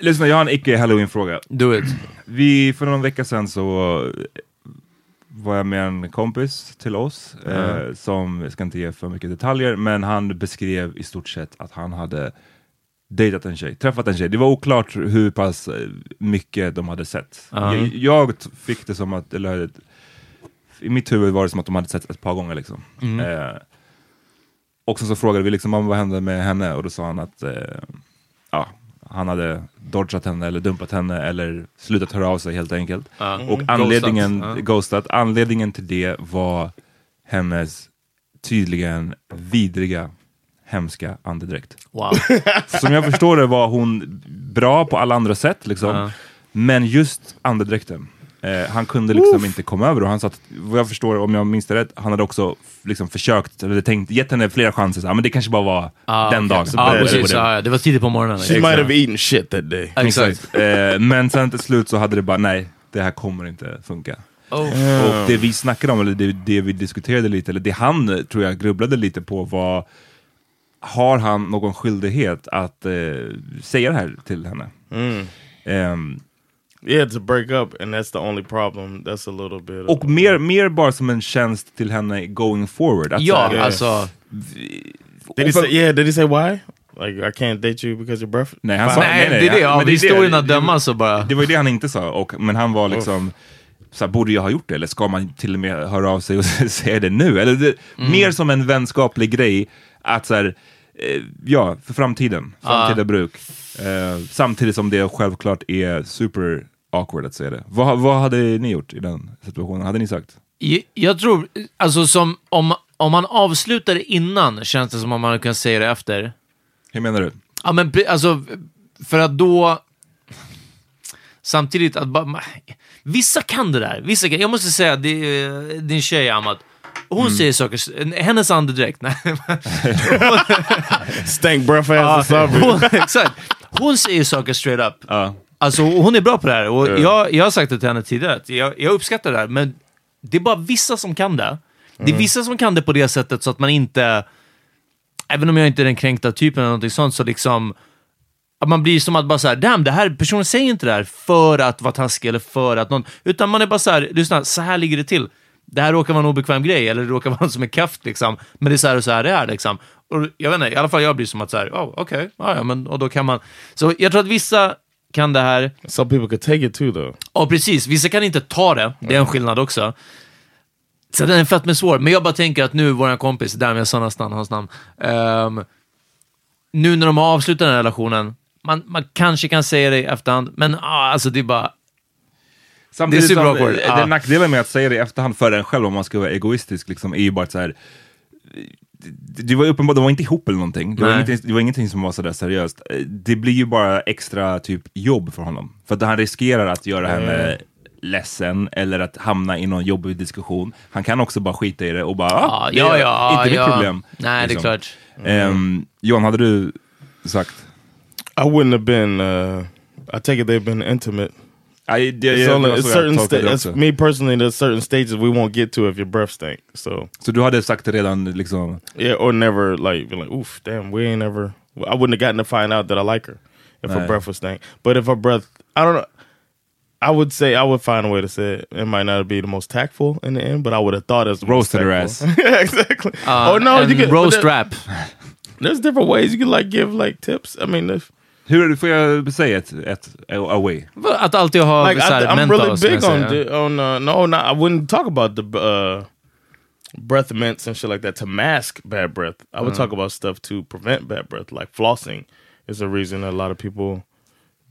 Speaker 2: Lyssna, jag har en icke halloween-fråga.
Speaker 4: Do it.
Speaker 2: Vi, för någon vecka sedan så eh, var jag med en kompis till oss, eh, som, jag ska inte ge för mycket detaljer, men han beskrev i stort sett att han hade dejtat en tjej, träffat en tjej. Det var oklart hur pass eh, mycket de hade sett.
Speaker 4: Ja.
Speaker 2: Jag, jag t- fick det som att, eller i mitt huvud var det som att de hade sett ett par gånger liksom.
Speaker 4: Mm.
Speaker 2: Eh, och sen så frågade vi liksom, "Mamma, vad hände med henne? Och då sa han att eh, ja, han hade dodgat henne eller dumpat henne eller slutat höra av sig helt enkelt. Och anledningen,
Speaker 4: Ghostat.
Speaker 2: ghostat. anledningen till det var hennes tydligen vidriga, hemska andedräkt.
Speaker 4: Wow.
Speaker 2: Som jag förstår det var hon bra på alla andra sätt, liksom. men just andedräkten Eh, han kunde liksom inte komma över och han satt, vad jag förstår, om jag minns det rätt, han hade också f- liksom försökt, eller tänkt, gett henne flera chanser, så, här, men det kanske bara var
Speaker 4: Ah,
Speaker 2: den
Speaker 4: okej.
Speaker 2: dagen.
Speaker 4: Ah,
Speaker 2: det-
Speaker 4: precis.
Speaker 2: det-
Speaker 4: Ah, ja, det var tidigt på morgonen.
Speaker 2: She might have
Speaker 3: eaten shit that day.
Speaker 4: Exakt.
Speaker 2: Eh, men sen till slut så hade det bara, nej, det här kommer inte funka.
Speaker 4: Oh.
Speaker 2: Och det vi snackade om, eller det, det vi diskuterade lite, eller det han eh, tror jag grubblade lite på var, har han någon skyldighet att eh, säga det här till henne? Ehm,
Speaker 3: Yeah, to break up, and that's the only problem. That's a little bit. of-
Speaker 2: och mer, mer bara som en tjänst till henne going forward. Att
Speaker 3: Ja,
Speaker 2: så här,
Speaker 3: alltså-
Speaker 2: vi-
Speaker 3: Did he say, yeah, did he say why? Like I can't date you because your breath.
Speaker 2: Nej, han sa, Alltså, nej, nej, han- men
Speaker 3: det,
Speaker 2: det- Det var ju det han inte sa, och, men han var liksom, så här, borde jag ha gjort det? Eller ska man till och med höra av sig och säga det nu? Eller det,
Speaker 4: Mm.
Speaker 2: Mer som en vänskaplig grej, att så här, eh, ja, för framtiden, framtida
Speaker 4: Ah.
Speaker 2: bruk. Eh, samtidigt som det självklart är super awkward att säga det. Vad, vad hade ni gjort i den situationen? Hade ni sagt?
Speaker 4: Jag, jag tror, alltså som, om, om man avslutar det innan känns det som om man kan säga det efter.
Speaker 2: Hur menar du?
Speaker 4: Ja, men pre- alltså, för att då... Samtidigt att bara... Vissa kan det där. Vissa kan, jag måste säga, det, är- din tjej Amat, hon
Speaker 3: Mm.
Speaker 4: säger saker... Hennes andedräkt, nej.
Speaker 3: Stank breath ass
Speaker 4: Ja,
Speaker 3: or
Speaker 4: hon,
Speaker 3: something.
Speaker 4: exakt. Hon säger saker straight up. Alltså, hon är bra på det här. Och
Speaker 3: Ja.
Speaker 4: jag, jag har sagt det till henne tidigare, att jag, jag uppskattar det här, men det är bara vissa som kan det. Det är
Speaker 3: Mm.
Speaker 4: vissa som kan det på det sättet så att man inte... Även om jag inte är den kränkta typen eller någonting sånt, så liksom... Att man blir som att bara såhär, damn, det här, personen säger inte det här för att vara taskig eller för att någon... Utan man är bara såhär, lyssna, så här ligger det till. Det här råkar vara en obekväm grej, eller det råkar vara något som är kafft liksom. Men det är så här och så här det är liksom. Och jag vet inte, i alla fall jag blir som att såhär, oh, okej, ja, ja, men och då kan man... Så jag tror att vissa kan det här.
Speaker 3: Some people could take it too though.
Speaker 4: Ja, precis. Vissa kan inte ta det. Det är en skillnad också. Så den är fett med svår. Men jag bara tänker att nu, vår kompis, där med sa nästan hans namn. ehm, nu när de har avslutat den här relationen, man, man kanske kan säga det i efterhand, men ah, alltså det är bara...
Speaker 2: Samtidigt
Speaker 4: det är
Speaker 2: som,
Speaker 4: superawkward.
Speaker 2: eh,
Speaker 4: Ah.
Speaker 2: Den nackdelen med att säga det i efterhand för en själv, om man ska vara egoistisk, liksom, är ju bara att så här, det det var uppenbart, de var inte ihop eller någonting. Det var,
Speaker 4: Nej.
Speaker 2: ingenting, det var ingenting som var sådär seriöst. Eh, Det blir ju bara extra typ jobb för honom. För att han riskerar att göra
Speaker 3: Mm.
Speaker 2: henne ledsen eller att hamna i någon jobbig diskussion. Han kan också bara skita i det och bara, ah,
Speaker 4: Ah,
Speaker 2: det
Speaker 4: ja,
Speaker 2: är
Speaker 4: ja,
Speaker 2: inte
Speaker 4: ja.
Speaker 2: mitt problem.
Speaker 4: Nej,
Speaker 3: liksom.
Speaker 4: det är klart.
Speaker 2: Ehm, John, hade du sagt?
Speaker 3: I wouldn't have been. Uh, I take it they've been intimate.
Speaker 2: I, yeah,
Speaker 3: it's
Speaker 2: yeah,
Speaker 3: only,
Speaker 2: that's
Speaker 3: it's
Speaker 2: what I
Speaker 3: certain
Speaker 2: thought
Speaker 3: sta-
Speaker 2: it
Speaker 3: it's-
Speaker 2: also.
Speaker 3: Me personally, there's certain stages we won't get to if your breath stink. So
Speaker 2: Så du hade sagt det redan liksom?
Speaker 3: yeah, or never like be like, oof, damn, we ain't ever. I wouldn't have gotten to find out that I like her if her
Speaker 2: Right.
Speaker 3: breath was stank. But if her breath, I don't know. I would say I would find a way to say it. It might not be the most tactful in the end, but I would have thought it was the most
Speaker 2: Roasted her
Speaker 3: tactful.
Speaker 2: ass.
Speaker 3: exactly. oh no,
Speaker 4: Uh, and
Speaker 3: you can
Speaker 4: Ah, roast
Speaker 3: there-
Speaker 4: rap.
Speaker 3: There's different ways you can like give like tips. I mean, if
Speaker 2: Hur får jag säga ett, ett away?
Speaker 4: Att alltid ha
Speaker 3: like,
Speaker 4: så
Speaker 3: I,
Speaker 4: här
Speaker 3: th- I'm
Speaker 4: mental,
Speaker 3: really
Speaker 4: som jag
Speaker 3: big on
Speaker 4: säger.
Speaker 3: di- on uh, no, no, I wouldn't talk about the uh, breath mints and shit like that to mask bad breath. I would
Speaker 2: Mm.
Speaker 3: talk about stuff to prevent bad breath, like flossing is a reason a lot of people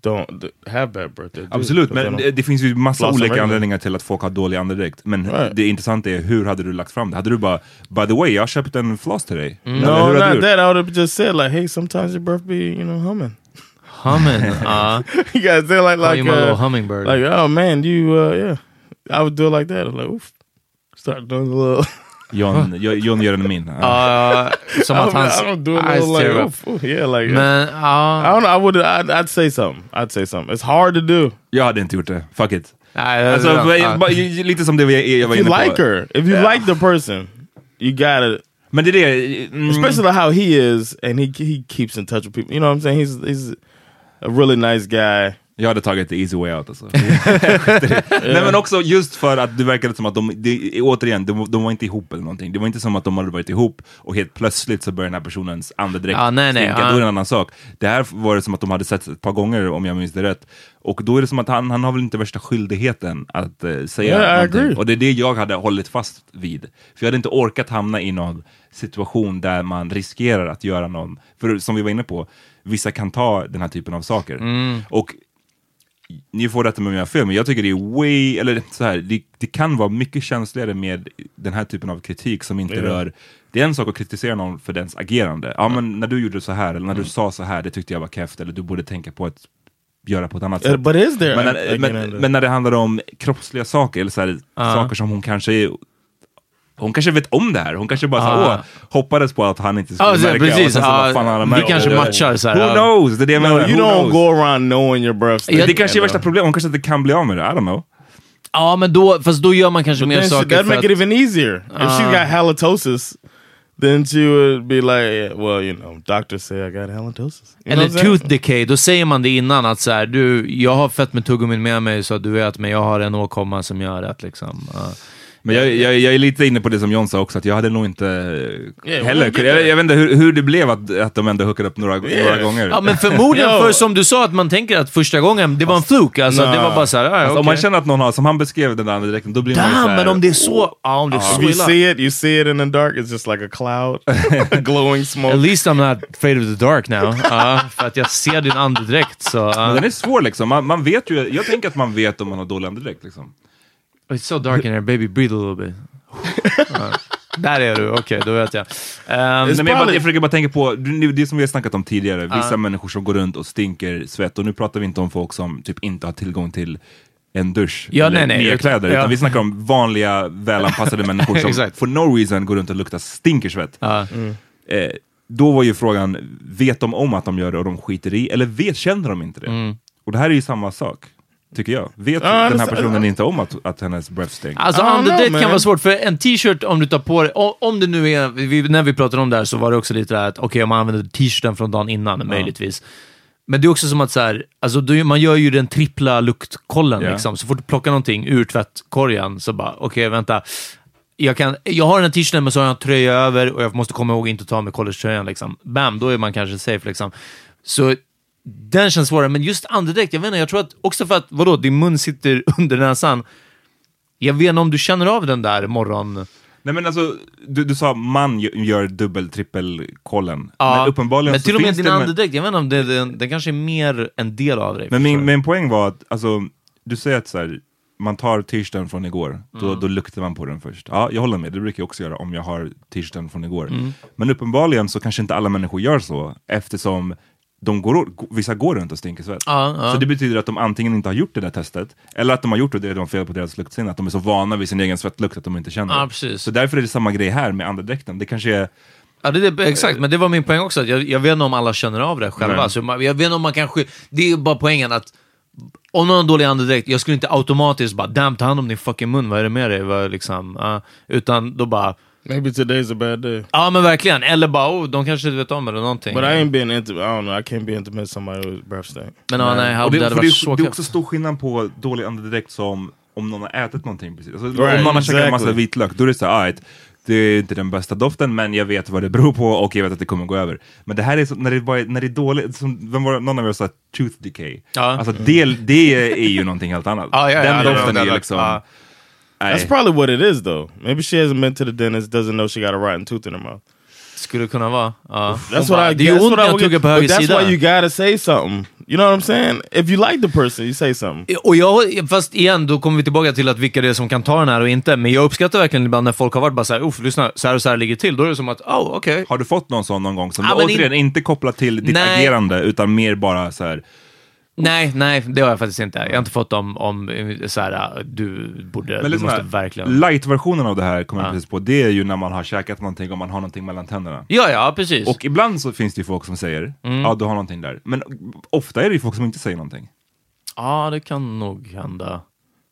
Speaker 3: don't th- have bad breath. They do,
Speaker 2: Absolut,
Speaker 3: but they
Speaker 2: men
Speaker 3: don't
Speaker 2: det, det finns ju massa
Speaker 3: floss them
Speaker 2: olika
Speaker 3: regularly.
Speaker 2: anledningar till att folk har dålig andedräkt. Men
Speaker 3: Right.
Speaker 2: det intressanta är, hur hade du lagt fram det? Hade du bara, by the way, jag har köpt en floss till dig? Eller
Speaker 3: Mm. No,
Speaker 2: hur hade du
Speaker 3: not
Speaker 2: gjort?
Speaker 3: that. I would have just said like, "Hey, sometimes your breath be, you know, humming."
Speaker 4: Humming, uh,
Speaker 3: you guys say like
Speaker 4: Call
Speaker 3: like
Speaker 4: you my
Speaker 3: uh,
Speaker 4: little hummingbird.
Speaker 3: Like, oh man, you uh, yeah. I would do it like that. I'm like, oof. Start doing a little.
Speaker 2: John, Jo- John gör en min.
Speaker 3: Ah.
Speaker 4: Ja, som
Speaker 3: I
Speaker 4: att
Speaker 3: would-
Speaker 4: hans
Speaker 3: I don't do a
Speaker 4: eyes
Speaker 3: little like,
Speaker 4: tear up.
Speaker 3: oof, oof, yeah, like.
Speaker 4: Men, ja.
Speaker 3: I don't know. I would. I'd, I'd say something. I'd say something. It's hard to do.
Speaker 2: Jag hade inte gjort det. Fuck it.
Speaker 4: Nej, det-
Speaker 2: Alltså,
Speaker 4: det-
Speaker 2: bara-
Speaker 4: ja.
Speaker 2: bara- ju- lite som det vi- jag var
Speaker 3: Ah. If you
Speaker 2: inne på.
Speaker 3: like her, if you
Speaker 2: Ja.
Speaker 3: like the person, you gotta.
Speaker 2: Men det är det, mm.
Speaker 3: Especially how he is, and he he keeps in touch with people. You know what I'm saying? He's he's a really nice guy.
Speaker 2: Jag hade tagit the easy way out alltså. Nej men också just för att det verkade som att de, de återigen, de, de var inte ihop eller någonting. Det var inte som att de hade varit ihop och helt plötsligt så började den här personens andedräkt
Speaker 4: Ja, nej, nej,
Speaker 2: stinka.
Speaker 4: ja.
Speaker 2: Då är det en annan sak. Det här var det som att de hade sett ett par gånger om jag minns det rätt. Och då är det som att han, han har väl inte värsta skyldigheten att eh, säga
Speaker 3: Yeah, I agree.
Speaker 2: någonting. Och det är det jag hade hållit fast vid. För jag hade inte orkat hamna i någon situation där man riskerar att göra någon, för som vi var inne på, vissa kan ta den här typen av saker.
Speaker 4: Mm.
Speaker 2: Och ni får rätta mig om jag har fel, men jag tycker det är way, eller så här, det, det kan vara mycket känsligare med den här typen av kritik som inte
Speaker 3: Ja.
Speaker 2: rör, det är en sak att kritisera någon för dens agerande. Ja men när du gjorde så här, eller när du sa så här, det tyckte jag var kefft, eller du borde tänka på ett göra på ett annat
Speaker 3: Eh,
Speaker 2: sätt.
Speaker 3: but is there
Speaker 2: men,
Speaker 3: a- a-
Speaker 2: när,
Speaker 3: again,
Speaker 2: men,
Speaker 3: uh,
Speaker 2: men när det handlar om kroppsliga saker, eller så här, saker som hon kanske är, hon kanske vet om det här. Hon kanske bara så här,
Speaker 4: Ah.
Speaker 2: åh, hoppades på att han inte skulle
Speaker 4: Ja, så-
Speaker 2: märka.
Speaker 4: precis.
Speaker 2: och sen så bara,
Speaker 4: Ja,
Speaker 2: fan, han har
Speaker 4: vi
Speaker 2: märkt.
Speaker 4: kanske matchar så här,
Speaker 2: Who
Speaker 4: ja.
Speaker 2: knows? Det är det jag
Speaker 3: No,
Speaker 2: menar.
Speaker 3: you
Speaker 2: Who
Speaker 3: don't
Speaker 2: knows?
Speaker 3: go around knowing your breath.
Speaker 2: Det,
Speaker 3: stinks,
Speaker 2: kanske är
Speaker 3: you
Speaker 2: värsta
Speaker 3: know.
Speaker 2: problemet. Hon kanske inte kan bli av med det. I don't know.
Speaker 4: Ja, men då, fast då gör man kanske mer
Speaker 3: Then
Speaker 4: saker
Speaker 3: that'd
Speaker 4: för
Speaker 3: make
Speaker 4: att...
Speaker 3: it even easier. if she
Speaker 4: Ah.
Speaker 3: got halitosis, then she would be like, yeah, well, you know, doctors say I got halitosis. You know
Speaker 4: Eller
Speaker 3: what I'm saying?
Speaker 4: tooth decay, då säger man det innan att så här, du, jag har fett med tuggummin med mig så att du vet, men jag har en åkomma som gör att liksom... ja.
Speaker 2: Men jag, jag, jag är lite inne på det som John sa också, att jag hade nog inte
Speaker 3: Yeah,
Speaker 2: heller
Speaker 3: we'll get
Speaker 2: jag,
Speaker 3: there.
Speaker 2: jag vet inte hur, hur det blev att, att de ändå hookade upp några, några gånger.
Speaker 4: Ja, men förmodligen,
Speaker 3: Ja.
Speaker 4: för som du sa, att man tänker att första gången, det var en fluk. Alltså,
Speaker 3: Nah.
Speaker 4: det var bara så här, ja,
Speaker 2: Alltså,
Speaker 4: okej.
Speaker 2: Om man känner att någon har, som han beskrev den där andedräkten, då blir man ju så
Speaker 4: Damn,
Speaker 2: här,
Speaker 4: men om det är så... Ja, om det är
Speaker 3: If
Speaker 4: så
Speaker 3: you
Speaker 4: illa.
Speaker 3: see it, you see it in the dark. It's just like a cloud, glowing smoke.
Speaker 4: At least I'm not afraid of the dark now. Ja, för att jag ser din andedräkt så...
Speaker 2: Men
Speaker 4: ja.
Speaker 2: Den är svår liksom. Man, man vet ju, jag tänker att man vet om man har dålig andedräkt. Liksom.
Speaker 4: It's so dark in here, baby, breathe a little bit. Ja. Där är du, okej, då vet jag. Ehm,
Speaker 2: Nej, men jag, bara,
Speaker 3: probably-
Speaker 2: jag försöker bara tänka på, det det som vi har snackat om tidigare, vissa människor som går runt och stinker svett. Och nu pratar vi inte om folk som typ inte har tillgång till en dusch
Speaker 4: Ja,
Speaker 2: eller
Speaker 4: nej, nej.
Speaker 2: nya kläder.
Speaker 4: Ja.
Speaker 2: Utan vi snackar om vanliga, välanpassade människor som
Speaker 4: Exakt.
Speaker 2: for no reason går runt och luktar stinkersvett. Eh, då var ju frågan, vet de om att de gör det och de skiter i, eller vet, känner de inte det?
Speaker 4: Mm.
Speaker 2: Och det här är ju samma sak, tycker jag. Vet
Speaker 3: Ja,
Speaker 2: den här
Speaker 3: det-
Speaker 2: personen inte om att, att hennes breath stink?
Speaker 4: Alltså
Speaker 3: I don't
Speaker 4: andedräkt
Speaker 3: know, man.
Speaker 4: kan vara svårt, för en t-shirt om du tar på dig, o- om det nu är, vi, när vi pratade om det här så var det också lite det här att okej om man använder t-shirten från dagen innan möjligtvis. Men det är också som att så här, alltså, du, man gör ju den trippla luktkollen
Speaker 2: Ja.
Speaker 4: liksom. Så fort du plockar någonting ur tvättkorgen så bara, okej vänta. Jag, kan, jag har den här t-shirten men så har jag en tröja över och jag måste komma ihåg att inte ta med collegetröjan. Liksom. Bam, då är man kanske safe. Liksom. Så den känns svårare, men just andedräkt, jag vet inte, jag tror att också för att, vadå, din mun sitter under näsan. Jag vet inte om du känner av den där morgon...
Speaker 2: Nej men alltså, du, du sa man gö- gör dubbel trippelkollen. men uppenbarligen
Speaker 4: men
Speaker 2: så
Speaker 4: till och med
Speaker 2: finns
Speaker 4: din
Speaker 2: det... men-
Speaker 4: andedräkt, jag vet inte om det, den, den kanske är mer en del av dig.
Speaker 2: Men min,
Speaker 4: förstår du?
Speaker 2: min poäng var att, alltså, du säger att så här, man tar t-shirten från igår, då,
Speaker 4: Mm.
Speaker 2: då luktar man på den först. Ja, jag håller med, det brukar jag också göra om jag har t-shirten från igår.
Speaker 4: Mm.
Speaker 2: Men uppenbarligen så kanske inte alla människor gör så, eftersom de går, vissa går runt och stinker svett.
Speaker 4: Ja, ja.
Speaker 2: Så det betyder att de antingen inte har gjort det där testet, eller att de har gjort det och det är de fel på deras luktsinne, att de är så vana vid sin egen svettlukt att de inte känner
Speaker 4: Ja,
Speaker 2: det.
Speaker 4: precis.
Speaker 2: Så därför är det samma grej här med andedräkten. Det kanske är
Speaker 4: Ja, det, det, exakt, men det var min poäng också. att Jag, jag vet inte om alla känner av det själva.
Speaker 2: Nej.
Speaker 4: Så man, jag vet inte om man kanske... Det är bara poängen att om någon har dålig andedräkt, jag skulle inte automatiskt bara damn, ta hand om din fucking mun, vad är det med dig? Vad, liksom, ja. utan då bara,
Speaker 3: Maybe today's a bad day.
Speaker 4: ja men verkligen. Eller bara, oh, de kanske inte vet om det eller någonting.
Speaker 3: But I ain't being intimate. I don't know. I can't be intimate with somebody with breath stink.
Speaker 4: Men ja, nej,
Speaker 2: Eh, Och
Speaker 4: hade
Speaker 2: det,
Speaker 4: det hade
Speaker 2: för det,
Speaker 4: varit
Speaker 2: är,
Speaker 4: så
Speaker 2: det är
Speaker 4: kul.
Speaker 2: också stor skillnad på dålig andedräkt som om någon har ätit någonting precis. Alltså,
Speaker 3: Right,
Speaker 2: om någon har käkat en massa
Speaker 3: exactly.
Speaker 2: vitlök, då är det så här, right, det är inte den bästa doften, men jag vet vad det beror på och jag vet att det kommer gå över. Men det här är så, när, det bara, är- när det är dåligt, som, vem var, det- någon av er sa tooth decay.
Speaker 4: Ja.
Speaker 2: Alltså det, det är ju någonting helt annat.
Speaker 4: Ja, ja, ja,
Speaker 2: den
Speaker 4: ja,
Speaker 2: doften
Speaker 4: ja,
Speaker 2: är
Speaker 4: ja,
Speaker 2: ju liksom...
Speaker 4: ja.
Speaker 2: nej.
Speaker 3: That's probably what it is, though. Maybe she hasn't been to the dentist, doesn't know she got a rotten tooth in her mouth.
Speaker 4: Skulle kunna vara. Ja.
Speaker 3: That's
Speaker 4: Hon
Speaker 3: what
Speaker 4: bara,
Speaker 3: I.
Speaker 4: det är
Speaker 3: that's
Speaker 4: ont
Speaker 3: what
Speaker 4: när
Speaker 3: I
Speaker 4: jag
Speaker 3: would
Speaker 4: tuggar
Speaker 3: get-
Speaker 4: på
Speaker 3: but
Speaker 4: höger
Speaker 3: that's
Speaker 4: sida.
Speaker 3: why you gotta say something. You know what I'm saying? If you like the person, you say something.
Speaker 4: Och jag, fast igen, då kommer vi tillbaka till att vilka det är som kan ta den här och inte. Men jag uppskattar verkligen ibland när folk har varit bara såhär, uff, lyssna, så här och så här ligger det till. Då är det som att, oh, okej.
Speaker 2: Har du fått någon sån någon gång som
Speaker 4: Ja, men
Speaker 2: återigen inte kopplat till ditt
Speaker 4: Nej.
Speaker 2: agerande utan mer bara så här,
Speaker 4: Nej, nej, det har jag faktiskt inte. Jag har inte fått dem om eh, så här, du borde,
Speaker 2: Men
Speaker 4: du
Speaker 2: liksom
Speaker 4: måste
Speaker 2: här,
Speaker 4: verkligen...
Speaker 2: Light-versionen av det här kommer jag
Speaker 4: Ja.
Speaker 2: precis på, det är ju när man har käkat någonting och man har någonting mellan tänderna.
Speaker 4: Ja, ja, precis.
Speaker 2: Och ibland så finns det ju folk som säger,
Speaker 4: Mm.
Speaker 2: ja du har någonting där. Men ofta är det ju folk som inte säger någonting.
Speaker 4: Ja, det kan nog hända.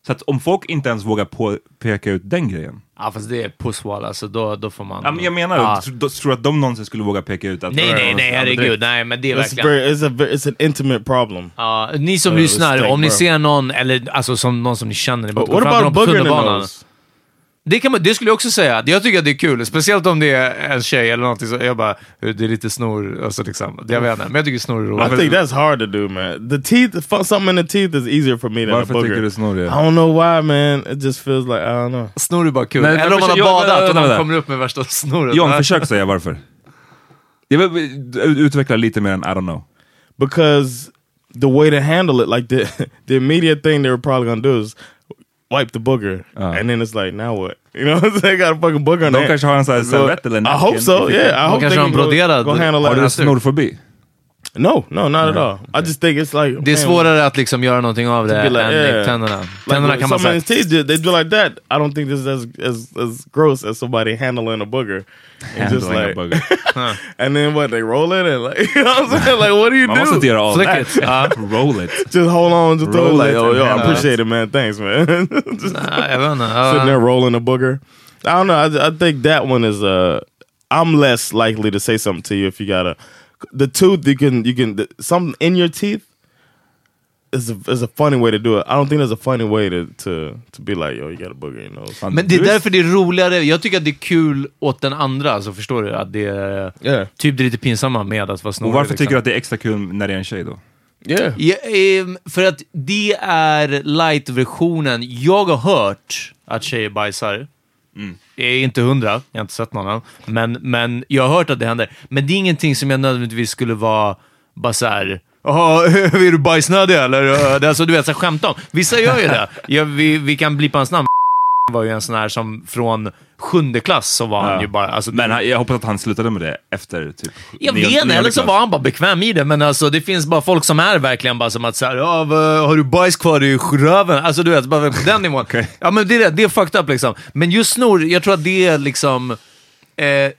Speaker 2: Så att om folk inte ens vågar på, peka ut den grejen.
Speaker 4: Ja, fast det är pusswall, alltså då, då får man...
Speaker 2: Ja, men jag menar,
Speaker 4: Ja.
Speaker 2: tr- då- tror du att de någonsin skulle våga peka ut att...
Speaker 4: Nej, nej, nej, herregud. Nej, men det är
Speaker 3: It's,
Speaker 4: verkligen...
Speaker 3: very, it's a very, it's an intimate problem.
Speaker 4: Ja, ni som
Speaker 3: Uh,
Speaker 4: lyssnar,
Speaker 3: stäng
Speaker 4: om ni
Speaker 3: bara.
Speaker 4: ser någon, eller alltså som, någon som ni känner, ni bara,
Speaker 3: But what
Speaker 4: framför någon
Speaker 3: about
Speaker 4: på
Speaker 3: booger in the
Speaker 4: tunnelbanan.
Speaker 3: nose?
Speaker 4: Det, kan man, det skulle jag också säga. Jag tycker att det är kul, speciellt om det är en tjej eller någonting. Så jag bara, det är lite snor, alltså liksom. Det jag vet inte, men jag tycker snor är
Speaker 3: I
Speaker 4: roligt.
Speaker 3: think that's hard to do, man. The teeth, fu- something in the teeth is easier for me than a
Speaker 2: Varför tycker du
Speaker 3: booger.
Speaker 2: snor är-
Speaker 3: I don't know why, man. It just feels like I don't know.
Speaker 4: Snor är bara kul.
Speaker 2: Nej,
Speaker 4: eller
Speaker 2: men
Speaker 4: om man har
Speaker 2: försök- ja, vänta,
Speaker 4: badat och
Speaker 2: vänta,
Speaker 4: någon
Speaker 2: vänta.
Speaker 4: kommer upp med värsta snoret.
Speaker 2: John, försök säga varför. Jag vill ut- utveckla lite mer än I don't know.
Speaker 3: Because the way to handle it, like the the immediate thing they were probably gonna do is wipe the booger,
Speaker 2: Uh.
Speaker 3: and then it's like now what? You know, they got a fucking booger on
Speaker 2: De
Speaker 3: their-
Speaker 2: kanske har en sån här servett eller
Speaker 3: I hope
Speaker 2: napkin
Speaker 3: so.
Speaker 2: i fickan.
Speaker 3: Yeah, I
Speaker 4: De
Speaker 3: hope
Speaker 4: kanske
Speaker 3: they
Speaker 4: har
Speaker 3: can
Speaker 4: en
Speaker 3: go,
Speaker 4: broderad-
Speaker 3: go handle
Speaker 2: Har
Speaker 3: it.
Speaker 2: du
Speaker 3: after.
Speaker 2: snorfobi?
Speaker 3: No, no, not at all. I just think it's like
Speaker 4: Det är
Speaker 3: man,
Speaker 4: svårare att liksom göra någonting av
Speaker 3: to
Speaker 4: det
Speaker 3: be like,
Speaker 4: än
Speaker 3: yeah.
Speaker 4: tänderna.
Speaker 3: Typ eh, Like
Speaker 4: Tänderna
Speaker 3: what
Speaker 4: kan
Speaker 3: some
Speaker 4: man säga...
Speaker 3: of these teeth did, they do like that. I don't think this is as as, as gross as somebody handling a booger. And just
Speaker 2: Handling a
Speaker 3: like, and then what they roll it and like, you know what I'm saying? Like, what do you
Speaker 2: Man
Speaker 3: do?
Speaker 2: måste inte göra all
Speaker 4: Flick
Speaker 2: that.
Speaker 4: it. Ja.
Speaker 2: Roll it.
Speaker 3: Just hold on to
Speaker 2: Roll
Speaker 3: those. Like,
Speaker 2: it
Speaker 3: oh,
Speaker 2: and
Speaker 3: yo,
Speaker 2: handle
Speaker 3: I
Speaker 2: it.
Speaker 3: appreciate it, man. Thanks, man. Just-
Speaker 4: Nej, jag vet inte.
Speaker 3: sitting
Speaker 4: Ja.
Speaker 3: there rolling a booger. I don't know. I, I think that one is Uh, I'm less likely to say something to you if you got a the tooth. You can you can something in your teeth is a, is a funny way to do it. I don't think there's a funny way to to to be like yo, you got a booger in your nose.
Speaker 4: Men det är
Speaker 2: liksom.
Speaker 4: därför det är roligare. Jag tycker att det är kul åt den andra, alltså förstår du? Att det är
Speaker 3: Yeah.
Speaker 4: typ det lite pinsamma med att vara snorig.
Speaker 2: Och varför
Speaker 4: liksom.
Speaker 2: tycker du att det är extra kul när det är en tjej då?
Speaker 3: Yeah.
Speaker 4: Ja, ehm, för att det är light-versionen. Jag har hört att tjejer bajsar. Det är inte hundra, jag har inte sett någon än. Men, men jag har hört att det händer. Men det är ingenting som jag nödvändigtvis skulle vara bara såhär, jaha, är du bajsnödig eller? Eh, Alltså du vet, så här, skämta om. Vissa gör ju det. Ja, vi, vi kan blippa hans namn. var ju en sån här som från sjunde klass så var han ju bara... Alltså,
Speaker 2: Men han- jag hoppas att han slutade med det efter typ...
Speaker 4: jag
Speaker 2: nio-
Speaker 4: vet inte,
Speaker 2: nionde
Speaker 4: eller så
Speaker 2: klass.
Speaker 4: var han bara bekväm i det, men alltså det finns bara folk som är verkligen bara som att såhär, ja, vad- har du bajs kvar i röven? Alltså du vet, bara på den nivån. Ja men det är det, det är fucked up liksom. Men just snor, jag tror att det är liksom, eh,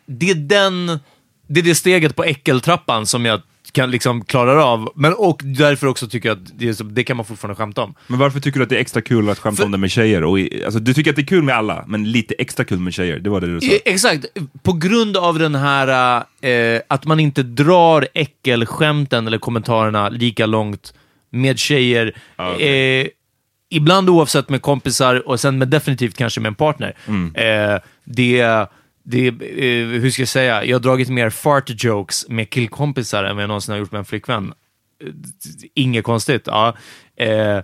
Speaker 4: det är den, det är det steget på äckeltrappan som jag kan liksom klarar av. Men och därför också tycker jag att det, är så, det kan man fortfarande skämta om.
Speaker 2: Men varför tycker du att det är extra kul att skämta om det med tjejer? Och i, alltså, du tycker att det är kul med alla, men lite extra kul med tjejer. Det var det du sa.
Speaker 4: E- Exakt. På grund av den här eh, att man inte drar äckelskämten eller kommentarerna lika långt med tjejer. eh, ibland oavsett med kompisar och sen med definitivt kanske med en partner. Eh, det, det, eh, hur ska jag säga? Jag har dragit mer fart jokes med killkompisar än vad jag någonsin har gjort med en flickvän. Eh, Inget konstigt. Ja. Eh,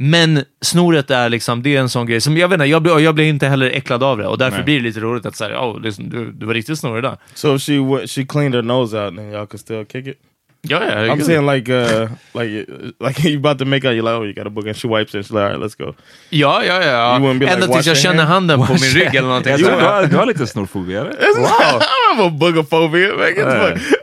Speaker 4: men snoret är liksom, det är en sån grej som, jag vet inte, jag blir, jag blir inte heller äcklad av det och därför blir det lite roligt att säga, oh, liksom, du, du var riktigt snorig där.
Speaker 3: So if she went, she cleaned her nose out and y'all could still kick it.
Speaker 4: Ja, ja,
Speaker 3: I'm saying like uh like like you about to make out. You're like oh you got a booger and she wipes it. She's like all right let's go.
Speaker 4: ja, ja, ja.
Speaker 3: You wouldn't be
Speaker 4: Ända
Speaker 3: like,
Speaker 4: tills jag
Speaker 3: "Wash your
Speaker 4: känner
Speaker 3: hand."
Speaker 4: handen på min rygg eller någonting.
Speaker 2: Jag
Speaker 4: Så- Ah,
Speaker 2: tror du, har, du har lite snorfobi, eller?
Speaker 3: I don't have a booger phobia. Man. Get the fuck-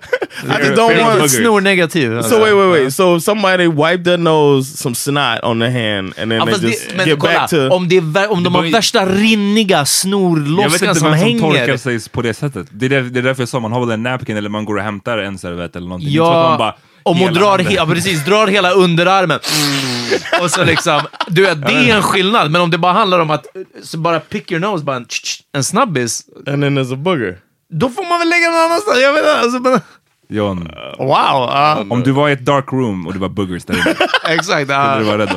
Speaker 3: I just don't
Speaker 2: You're a
Speaker 3: want
Speaker 2: booger.
Speaker 4: Vilket snornegativ.
Speaker 3: So wait, wait,
Speaker 4: Uh-huh.
Speaker 3: wait. So if somebody wiped their nose, some snot on their hand, and then
Speaker 4: Ja,
Speaker 3: they
Speaker 4: fast
Speaker 3: just
Speaker 4: det, men
Speaker 3: get
Speaker 4: kolla,
Speaker 3: back to.
Speaker 4: om, det är, vär- om de har
Speaker 2: var ju-
Speaker 4: värsta rinniga
Speaker 2: Jag vet
Speaker 4: snorlossningar
Speaker 2: inte
Speaker 4: som
Speaker 2: vem som
Speaker 4: hänger.
Speaker 2: torkar sig på det sättet. Det är, där, det är därför jag sa man har väl en napkin eller man går och hämtar en servett eller någonting. Det är inte så att man
Speaker 4: Ja,
Speaker 2: bara,
Speaker 4: om hon
Speaker 2: hela
Speaker 4: drar,
Speaker 2: handen.
Speaker 4: he- ja, precis, drar hela underarmen.
Speaker 2: Mm.
Speaker 4: Och så liksom, du vet, det är en skillnad. Men om det bara handlar om att, eh, så bara pick your nose, bara en, tsch, tsch, en snabbis.
Speaker 3: and then there's a booger.
Speaker 4: Då får man väl lägga någon annanstans. Jag vet inte, alltså, men,
Speaker 2: John,
Speaker 4: wow! ja,
Speaker 2: om du var i ett dark room och det var boogers där inne,
Speaker 4: exakt.
Speaker 2: skulle
Speaker 4: ja.
Speaker 2: du vara rädd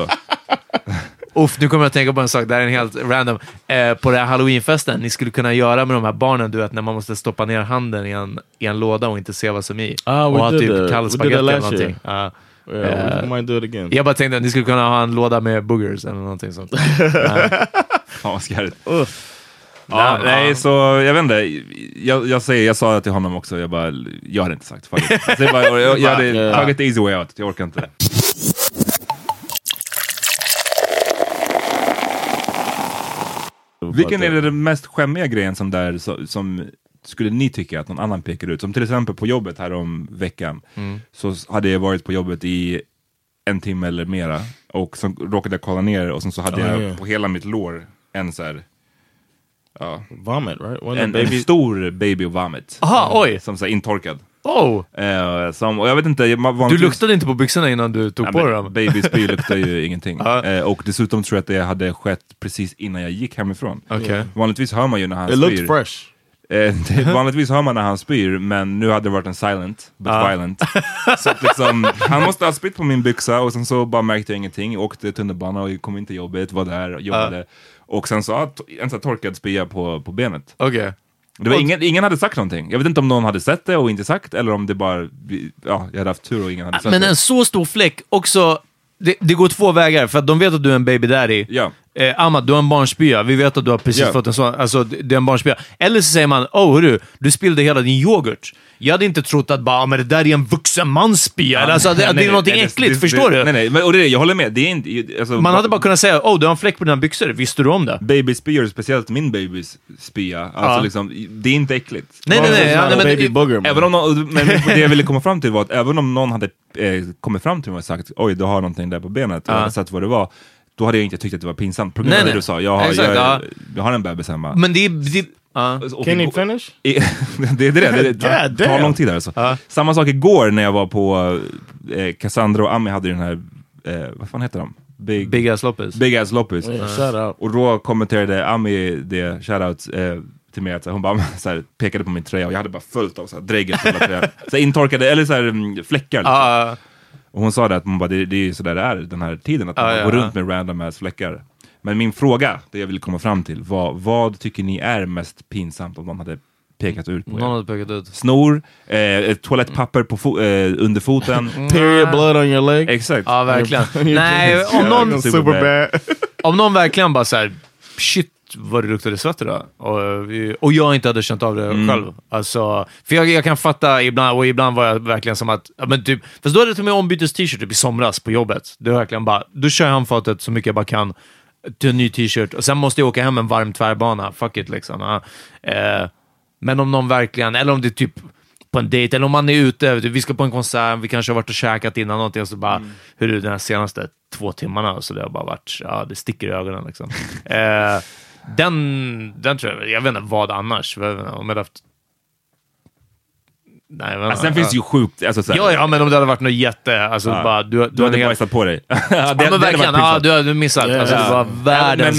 Speaker 2: då?
Speaker 4: Uff, nu kommer jag att tänka på en sak. Det här är en helt random. Eh, på den här halloweenfesten, ni skulle kunna göra med de här barnen, du vet, när man måste stoppa ner handen i en, i en låda och inte se vad som är i.
Speaker 3: Ah, we
Speaker 4: och ha
Speaker 3: did
Speaker 4: typ
Speaker 3: that. We
Speaker 4: kall
Speaker 3: did
Speaker 4: spagetti
Speaker 3: that
Speaker 4: eller
Speaker 3: last year.
Speaker 4: någonting. Ja.
Speaker 3: Yeah, we might do it again.
Speaker 4: Jag bara tänkte att ni skulle kunna ha en låda med boogers eller någonting sånt.
Speaker 2: Fan vad skarrigt. Ja, nej, så jag vet inte. Jag, jag, säger, jag sa det till honom också, jag bara, jag hade inte sagt. fuck it. Alltså, jag, bara, jag, jag hade tagit the easy way out, jag orkar inte. Vilken är den mest skämmiga grejen som, där, så- som skulle ni tycka att någon annan pekar ut? Som till exempel på jobbet här om veckan,
Speaker 3: Mm.
Speaker 2: så s- hade jag varit på jobbet i en timme eller mera och så råkade jag kolla ner och sen så hade
Speaker 3: Ah,
Speaker 2: jag
Speaker 3: ja.
Speaker 2: på hela mitt lår en så här
Speaker 3: Vomit, right? Wasn't
Speaker 2: en,
Speaker 3: it baby?
Speaker 2: en stor baby vomit.
Speaker 4: Aha, oj!
Speaker 2: Som så här intorkad.
Speaker 4: Oh!
Speaker 2: Eh, som, och jag vet inte, man,
Speaker 4: Du
Speaker 2: vanligtvis-
Speaker 4: luktade inte på byxorna innan du tog
Speaker 2: Nej,
Speaker 4: på
Speaker 2: men
Speaker 4: dig dem?
Speaker 2: Babyspy luktar ju ingenting.
Speaker 4: Ja.
Speaker 2: Eh, och dessutom tror jag att det hade skett precis innan jag gick hemifrån. Eh,
Speaker 4: Okej.
Speaker 2: Vanligtvis hör man ju när han
Speaker 3: It looked
Speaker 2: spyr.
Speaker 3: fresh.
Speaker 2: Eh, det- vanligtvis hör man när han spyr, men nu hade det varit en silent, but
Speaker 4: Ah.
Speaker 2: violent. Så att liksom, han måste ha spytt på min byxa och sen så bara märkte jag ingenting. Åkte tunnelbana och kom in till jobbet, var där, jobbade.
Speaker 4: Ah.
Speaker 2: Och sen så har jag to- en så här torkad spya på, på benet.
Speaker 4: Okej.
Speaker 2: Det var ingen, ingen hade sagt någonting. Jag vet inte om någon hade sett det och inte sagt, eller om det bara... Ja, jag hade haft tur och ingen hade sett
Speaker 4: Men
Speaker 2: det.
Speaker 4: en så stor fläck, också... Det, det går två vägar, för att de vet att du är en baby daddy.
Speaker 2: Ja.
Speaker 4: eh, Ahmad, du har en barnspya. Vi vet att du har precis
Speaker 3: Ja.
Speaker 4: fått en sån. Alltså, det det är en barnspya. Eller så säger man, oh hörru, du spillde hela din yoghurt. Jag hade inte trott att bara, "Ah, men det där är en vuxen mans spya. Eller alltså, att- att det är någonting äckligt. förstår du?
Speaker 2: Nej, nej. Men, och det, är det, jag håller med. Det är inte, alltså,
Speaker 4: Man hade bara kunnat säga, oh du har en fläck på dina byxor. Visste du om det?
Speaker 2: Babyspyor, speciellt min babys spya. Alltså,
Speaker 4: Ja.
Speaker 2: liksom, det är inte äckligt.
Speaker 4: Nej, nej, nej, ja, nej, men- Baby booger, man.
Speaker 2: även om någon, men det jag ville komma fram till var att även om någon hade eh, kommit fram till mig och sagt oj, du har någonting där på benet, och
Speaker 4: Ja.
Speaker 2: jag hade sett vad det var, då hade jag inte tyckt att det var pinsamt. På grund
Speaker 4: Nej,
Speaker 2: av det
Speaker 4: nej.
Speaker 2: du sa, jag har,
Speaker 4: Exakt,
Speaker 2: jag,
Speaker 4: ja.
Speaker 2: jag har en bebis hemma.
Speaker 4: Men det är... Det, ja.
Speaker 2: Can you
Speaker 3: finish?
Speaker 2: I- det är det, det, det, det
Speaker 3: God
Speaker 2: tar
Speaker 3: damn.
Speaker 2: lång tid här alltså. Samma sak igår när jag var på, eh, Cassandra och Ami hade ju den här, eh, vad fan heter de? Big,
Speaker 4: Big ass loppis.
Speaker 2: Big Ass Loppis.
Speaker 3: Yeah, shout out.
Speaker 2: Och då kommenterade Ami det, shoutout, eh, till mig att så här, hon bara så här, pekade på min tröja och jag hade bara fullt av så här dregel på hela tröjan. Så här, intorkade, eller så här mm, fläckar. Liksom.
Speaker 4: Ja,
Speaker 2: Och hon sa det att hon bara, det, det är ju sådär det är den här tiden, att man
Speaker 4: Ja,
Speaker 2: bara
Speaker 4: ja,
Speaker 2: går
Speaker 4: ja.
Speaker 2: runt med random ass fläckar. Men min fråga, det jag ville komma fram till, var vad tycker ni är mest pinsamt om någon hade pekat ut på
Speaker 4: någon
Speaker 2: er?
Speaker 4: hade pekat ut.
Speaker 2: Snor, eh, ett toalettpapper på fo- eh, under foten.
Speaker 3: Period blood on your leg.
Speaker 2: Exakt.
Speaker 4: Ja, verkligen. Nej, om någon,
Speaker 3: Superbad.
Speaker 4: om någon verkligen bara såhär, shit vad det luktade svett idag. Och, och jag inte hade känt av det
Speaker 2: Mm.
Speaker 4: själv. Alltså, för jag, jag kan fatta ibland, och ibland var jag verkligen som att, ja, men typ, fast då hade jag till och med ombyttes t-shirt typ i somras på jobbet. Det var verkligen bara, då kör jag handfatet så mycket jag bara kan till en ny t-shirt och sen måste jag åka hem en varm tvärbana. Fuck it liksom. Ja. Eh, men om någon verkligen, eller om det är typ på en dejt, eller om man är ute, vet du, vi ska på en konsert, vi kanske har varit och käkat innan någonting, och så bara,
Speaker 2: Mm.
Speaker 4: hur är det de senaste två timmarna? Och Så det har bara varit, ja, det sticker i ögonen liksom. eh, den, den tror jag, jag vet inte vad annars, Jag vet inte, om jag hade haft... Nej, jag vet inte.
Speaker 2: Alltså, sen finns det ju sjukt, alltså såhär,
Speaker 4: Ja, ja, men om det hade varit något jätte, alltså bara, du, du,
Speaker 2: du hade
Speaker 4: helt-
Speaker 2: bajsat på dig. ja, det,
Speaker 4: Ja, men verkligen. Ja, du hade missat. Alltså, det var världens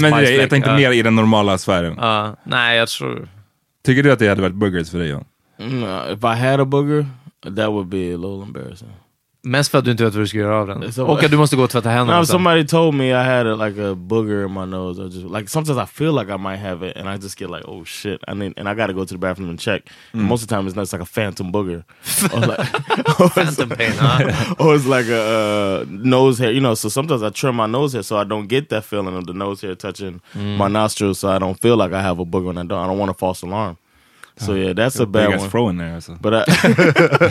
Speaker 2: men, men det-
Speaker 4: bajsfläck.
Speaker 2: Jag tänkte
Speaker 4: Ja.
Speaker 2: mer i den normala sfären.
Speaker 4: Ja. nej, jag tror...
Speaker 2: Tycker du att det hade varit boogers för dig John?
Speaker 3: No, if I had a booger, that would be a little embarrassing.
Speaker 4: Mest för att du inte vet vad du ska göra av den.
Speaker 3: Så-
Speaker 4: Och att du måste gå och tvätta händerna.
Speaker 3: Now, if
Speaker 4: sen.
Speaker 3: somebody told me I had a, like a booger in my nose, I just like sometimes I feel like I might have it, and I just get like, oh shit, I need, and I got to go to the bathroom and check. And most of the time, it's not it's like a phantom booger, or like, or it's,
Speaker 4: Phantom pain, huh?
Speaker 3: or it's like a uh, nose hair, you know. So sometimes I trim my nose hair so I don't get that feeling of the nose hair touching my nostrils, so I don't feel like I have a booger, and I don't, I don't want a false alarm. So yeah, that's a bad
Speaker 2: Big ass
Speaker 3: one.
Speaker 2: throw in there alltså.
Speaker 3: But I,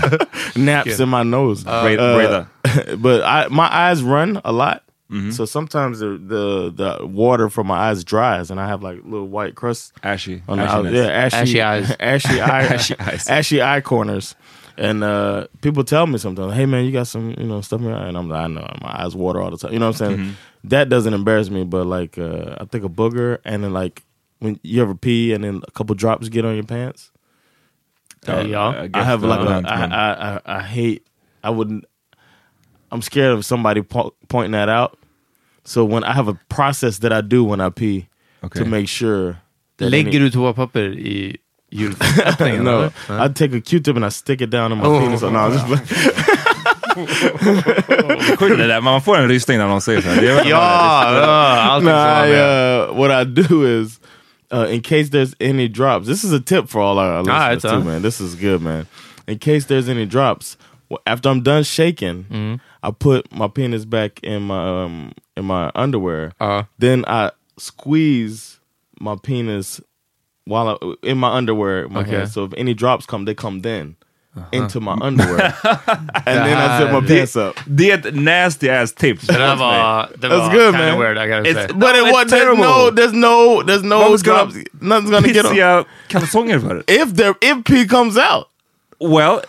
Speaker 3: naps in my nose. Uh,
Speaker 2: Breathe- breather.
Speaker 3: but I my eyes run a lot. So sometimes the, the the water from my eyes dries and I have like little white crust
Speaker 2: Ashy.
Speaker 3: on the out-
Speaker 2: Ashiness.
Speaker 3: yeah, ashy,
Speaker 4: Ashy eyes.
Speaker 3: ashy eye,
Speaker 2: Ashy
Speaker 3: ashy,
Speaker 2: eyes.
Speaker 3: eye corners. And uh, people tell me sometimes, "Hey man, you got some, you know, stuff in your eye." And I'm like, "I know, my eyes water all the time." You know what I'm saying?
Speaker 2: Mm-hmm.
Speaker 3: That doesn't embarrass me, but like, uh, I think a booger, and then like when you ever pee, and then a couple drops get on your pants.
Speaker 2: Ja,
Speaker 4: Ja.
Speaker 2: I guess
Speaker 3: I have
Speaker 2: det
Speaker 3: like
Speaker 2: har
Speaker 3: a,
Speaker 2: hänt,
Speaker 3: I,
Speaker 2: men-
Speaker 3: I, I, I hate, I wouldn't, I'm scared of somebody po pointing that out. So when I have a process that I do when I pee
Speaker 2: Okay.
Speaker 3: to make sure that any-
Speaker 4: Lägger du toapapper i julöppningen?
Speaker 3: no,
Speaker 4: eller?
Speaker 3: I take a Q-tip and I stick it down in my
Speaker 4: Oh.
Speaker 3: penis. No, I'm just playing.
Speaker 2: Sjukt det där, man får en rysning när någon säger såhär. Det är väl-
Speaker 4: Ja, ja, allting
Speaker 3: No,
Speaker 4: som var
Speaker 3: I,
Speaker 4: med.
Speaker 3: uh, what I do is, uh, in case there's any drops, this is a tip for all our listeners
Speaker 4: right,
Speaker 3: too,
Speaker 4: son.
Speaker 3: man. This is good, man. In case there's any drops, well, after I'm done shaking,
Speaker 4: Mm-hmm.
Speaker 3: I put my penis back in my um, in my underwear.
Speaker 4: Uh-huh.
Speaker 3: Then I squeeze my penis while I, in my underwear, my
Speaker 4: Okay. Uh-huh.
Speaker 3: hand. So if any drops come, they come then. Into my underwear, and then I zip my pants up.
Speaker 2: Det är ett nasty ass tips.
Speaker 4: Det där var... Det
Speaker 3: That's
Speaker 4: var
Speaker 3: good,
Speaker 4: kinda
Speaker 3: man.
Speaker 4: weird, I gotta
Speaker 2: It's-
Speaker 4: say.
Speaker 3: But it
Speaker 2: It's
Speaker 3: was there's
Speaker 2: terrible.
Speaker 3: no, there's no, there's
Speaker 2: What
Speaker 3: no
Speaker 2: was gonna-
Speaker 3: drops. Nothing's gonna get on.
Speaker 2: Pissiga kalsonger för.
Speaker 3: if there if P comes out.
Speaker 2: Well,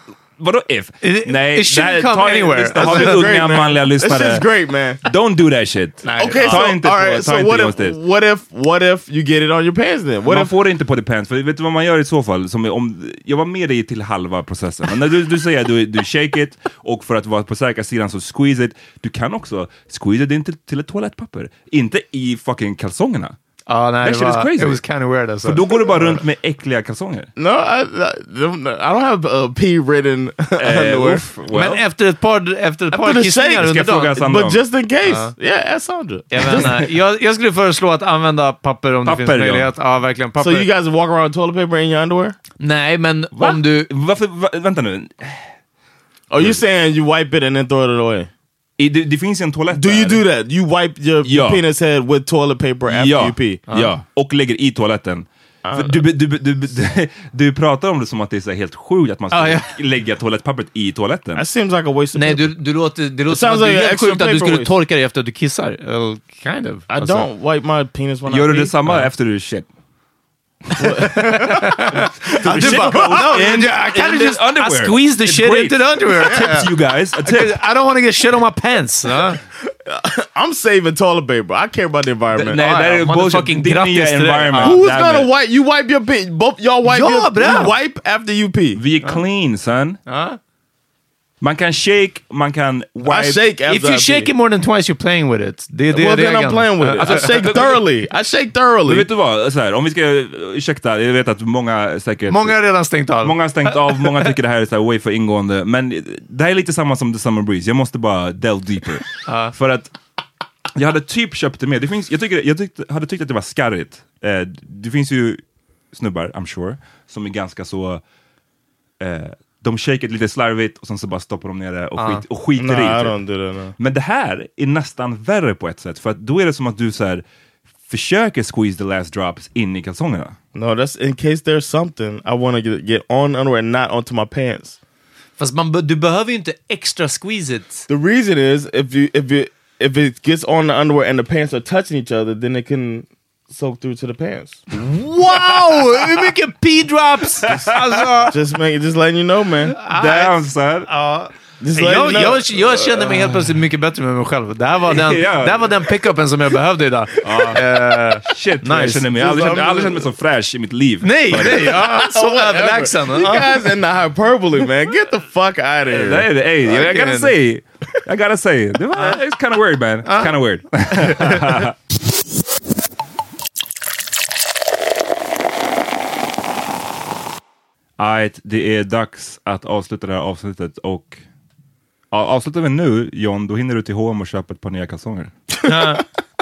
Speaker 2: vadå if?
Speaker 4: It-
Speaker 2: Nej,
Speaker 4: it
Speaker 2: det här-
Speaker 4: shouldn't come
Speaker 2: ta-
Speaker 4: anywhere.
Speaker 2: lyssna, Har
Speaker 3: That's
Speaker 2: vi
Speaker 3: just great,
Speaker 2: unga
Speaker 3: man.
Speaker 2: manliga
Speaker 3: This
Speaker 2: lyssnare?
Speaker 3: shit's great, man.
Speaker 2: Don't do that shit.
Speaker 4: Nej.
Speaker 3: Okay,
Speaker 4: Ta
Speaker 3: so
Speaker 2: inte
Speaker 3: all
Speaker 2: på-
Speaker 3: right,
Speaker 2: ta
Speaker 3: so
Speaker 2: inte
Speaker 3: what
Speaker 2: just det.
Speaker 3: if what if what if you get it on your pants then? What
Speaker 2: man
Speaker 3: if
Speaker 2: får det inte på the pants, för vet du vad man gör i så fall? Som är om, jag var med dig till halva processen. Men när du, du säger att du, du shake it, och för att vara på säkra sidan så squeeze it. Du kan också squeeze it in till, till ett toalettpapper. Inte i fucking kalsongerna.
Speaker 4: Ja, nej,
Speaker 2: That
Speaker 4: det
Speaker 2: shit is
Speaker 4: var-
Speaker 2: crazy.
Speaker 4: It was kinda weird alltså.
Speaker 2: För då går du bara runt med äckliga kalsonger.
Speaker 3: no? I, I don't know. I don't have a pee ridden underwear,
Speaker 2: Eh, uff, well.
Speaker 4: Men efter ett par, efter ett par
Speaker 3: the
Speaker 4: kissningar
Speaker 3: shake,
Speaker 4: under
Speaker 2: ska jag fråga
Speaker 4: dagen...
Speaker 2: så- Some
Speaker 3: but
Speaker 2: don't.
Speaker 3: just in case, yeah, ask Sandra.
Speaker 4: Jag, vet inte. jag, jag skulle föreslå att använda papper om
Speaker 2: Papper,
Speaker 4: det finns
Speaker 2: ja.
Speaker 4: möjlighet. Ja, verkligen. Papper.
Speaker 3: So you guys walk around with toilet paper in your underwear?
Speaker 4: Nej, men om du...
Speaker 2: Varför, va, vänta nu.
Speaker 3: Are you saying you wipe it and then throw it away?
Speaker 2: det, det finns en toalett
Speaker 3: Do you
Speaker 2: där.
Speaker 3: do that? You wipe your
Speaker 2: Ja.
Speaker 3: penis head with toilet paper after
Speaker 2: ja.
Speaker 3: you pee?
Speaker 2: ja, och lägger i toaletten. För Du, du, du, du, du, du pratar om det som att det är så här helt sjukt att man ska
Speaker 4: Ah, ja. Alltså,
Speaker 2: lägga toalettpappret i toaletten.
Speaker 3: That seems like a waste of
Speaker 4: Nej,
Speaker 3: paper.
Speaker 4: du, du låter, det låter
Speaker 3: It
Speaker 4: som
Speaker 3: sounds
Speaker 4: att det
Speaker 3: like
Speaker 4: är
Speaker 3: an
Speaker 4: helt sjukt
Speaker 3: extra
Speaker 4: att du skulle
Speaker 3: paperweight.
Speaker 4: torka dig efter att du kissar. Well, kind of. alltså.
Speaker 3: I don't wipe my penis when I
Speaker 2: Gör du
Speaker 3: pee.
Speaker 2: detsamma efter du shit?
Speaker 4: Alltså,
Speaker 3: Du bara, "Oh, no,
Speaker 2: And-
Speaker 4: I kinda
Speaker 2: and
Speaker 4: just-
Speaker 2: the underwear.
Speaker 4: I squeeze the
Speaker 2: It's
Speaker 4: shit
Speaker 2: great.
Speaker 4: into the underwear.
Speaker 2: Tips you guys, a tip.
Speaker 4: I don't want to get shit on my pants. Huh?
Speaker 3: I'm saving toilet paper. I care about the environment.
Speaker 2: Nej,
Speaker 3: All
Speaker 2: det
Speaker 3: right.
Speaker 2: är bullshit.
Speaker 4: motherfucking
Speaker 2: Din
Speaker 4: grattis
Speaker 2: nya
Speaker 4: till det.
Speaker 2: environment.
Speaker 3: Who's
Speaker 2: Damn
Speaker 3: gonna
Speaker 2: it.
Speaker 3: wipe? You wipe your pee. Both y'all wipe.
Speaker 4: Ja,
Speaker 3: your,
Speaker 4: bra.
Speaker 3: you wipe after you pee.
Speaker 2: Vi är clean son. Man kan shake, man kan
Speaker 3: I
Speaker 2: wipe.
Speaker 3: shake after
Speaker 4: If you
Speaker 3: I
Speaker 4: shake
Speaker 3: pee.
Speaker 4: it more than twice, you're playing with it. Det, det,
Speaker 3: well,
Speaker 4: det är
Speaker 3: then I'm
Speaker 4: gamla.
Speaker 3: playing with it. I shake thoroughly. I shake
Speaker 2: Men
Speaker 3: thoroughly.
Speaker 2: vet du vad, så här, om vi ska, ursäkta, jag vet att många säkert...
Speaker 4: Många har redan stängt av.
Speaker 2: Många har stängt av, många tycker det här är så här way för ingående. Men det här är lite samma som The Summer Breeze, jag måste bara delve deeper. För att jag hade typ köpt det med. Det finns, jag tycker, jag tyckte, hade tyckt att det var skarrigt. Eh, det finns ju snubbar, I'm sure, som är ganska så... Eh, de shaker lite slarvigt och sen så bara stoppar de ner det och, skit, och skiter
Speaker 3: Nah,
Speaker 2: i.
Speaker 3: I
Speaker 2: typ.
Speaker 3: don't do that. No.
Speaker 2: Men det här är nästan värre på ett sätt, för att då är det som att du så här, försöker squeeze the last drops in i kalsongerna.
Speaker 3: No, that's in case there's something I want to get, get on underwear and not onto my pants.
Speaker 4: Fast man, be- du behöver ju inte extra squeeze it.
Speaker 3: The reason is if you if you if it gets on the underwear and the pants are touching each other, then it can soak through to the pants.
Speaker 4: Wow! Hur mycket p-drops! Alltså,
Speaker 3: Just make just letting you know, man.
Speaker 2: Damn son!
Speaker 3: Uh, Just letting
Speaker 4: jag,
Speaker 3: you know.
Speaker 4: jag, jag känner mig helt plötsligt mycket bättre med mig själv. Det här var den,
Speaker 2: Ja.
Speaker 4: det här var den pickupen som jag behövde idag. Eh,
Speaker 2: Shit,
Speaker 4: Nice.
Speaker 2: jag känner mig, jag har aldrig känt- jag har aldrig känt mig så fräsch i mitt liv.
Speaker 4: nej, nej! Ja, så överlägsen.
Speaker 3: you
Speaker 4: Ja.
Speaker 3: guys in the hyperbole, man. Get the fuck out
Speaker 2: Det
Speaker 3: of
Speaker 2: är
Speaker 3: here.
Speaker 2: det, ey, jag
Speaker 4: Verkligen.
Speaker 2: gotta say. I gotta say. Det var, it's kind of weird man. It's kind of weird. Alright, det är dags att avsluta det här avsnittet och ja, avslutar vi nu John, då hinner du till H&M och köpa ett par nya kalsonger.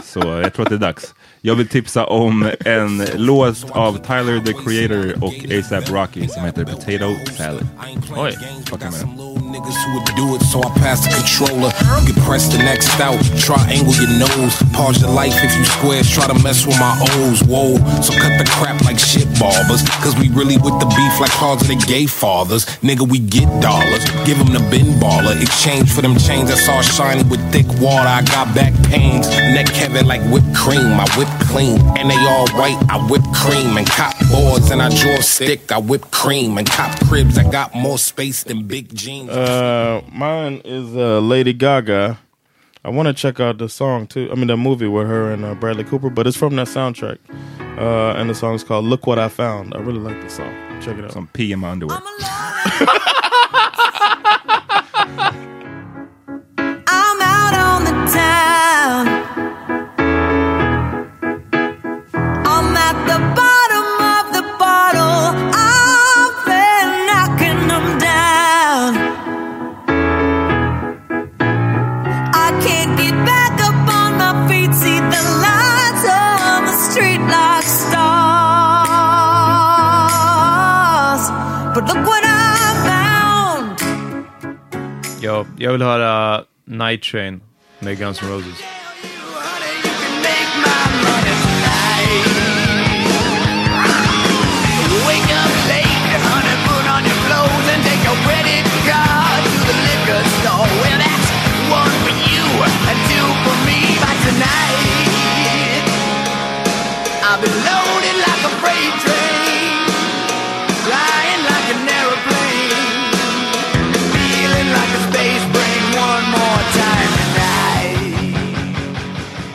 Speaker 2: Så jag tror att det är dags. Jag vill tipsa om en låt av Tyler the Creator och ASAP Rocky som heter Potato Salad.
Speaker 4: Oj.
Speaker 2: Fucking med den.
Speaker 7: Niggas who would do it, so I pass the controller. You can press the next out, triangle your nose. Pause your life if you squares, try to mess with my O's. Whoa, so cut the crap like shit barbers. Cause we really with the beef like closeted gay fathers. Nigga, we get dollars, give them the bin baller. Exchange for them chains that's all shiny with thick water. I got back pains, neck heavy like whipped cream. I whip clean, and they all white. I whip cream and cop boards, and I draw stick. I whip cream and cop cribs. I got more space than big jeans.
Speaker 3: Uh, mine is uh, Lady Gaga. I want to check out the song too. I mean, the movie with her and uh, Bradley Cooper, but it's from that soundtrack. Uh, and the song's called "Look What I Found." I really like the song. Check it out.
Speaker 2: Som pee in my underwear.
Speaker 5: I'm out on the town. I'm at the bottom of the bottle. I've been knocking them down. I can't get back up on my feet. See the lights on the street like stars. But look what I found.
Speaker 4: Ja, jag vill höra Night Train med Guns N' Roses.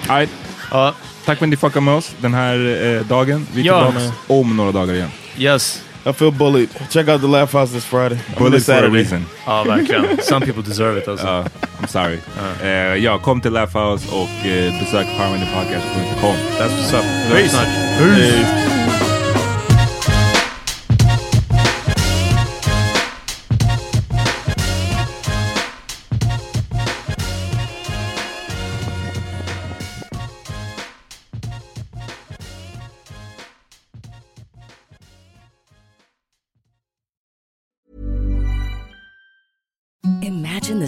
Speaker 2: Alright.
Speaker 4: Ja,
Speaker 2: Tack för att ni fuckade med oss den här eh, dagen. Vi är
Speaker 4: Ja.
Speaker 2: tillbaks om några dagar igen.
Speaker 4: yes.
Speaker 3: I feel bullied. Check out the Laugh House this Friday. I mean,
Speaker 2: Bullet
Speaker 3: this
Speaker 2: for a
Speaker 3: Saturday.
Speaker 2: reason.
Speaker 4: Ja, verkligen. Some people deserve it alltså.
Speaker 2: Ja, I'm sorry. Eh, ja, kom till Laugh House och eh, besök powermanthepodcast.com.
Speaker 4: That's what's up. Vi hörs
Speaker 2: Peace.
Speaker 4: snart.
Speaker 3: Peace.
Speaker 8: Imagine
Speaker 9: Imagine the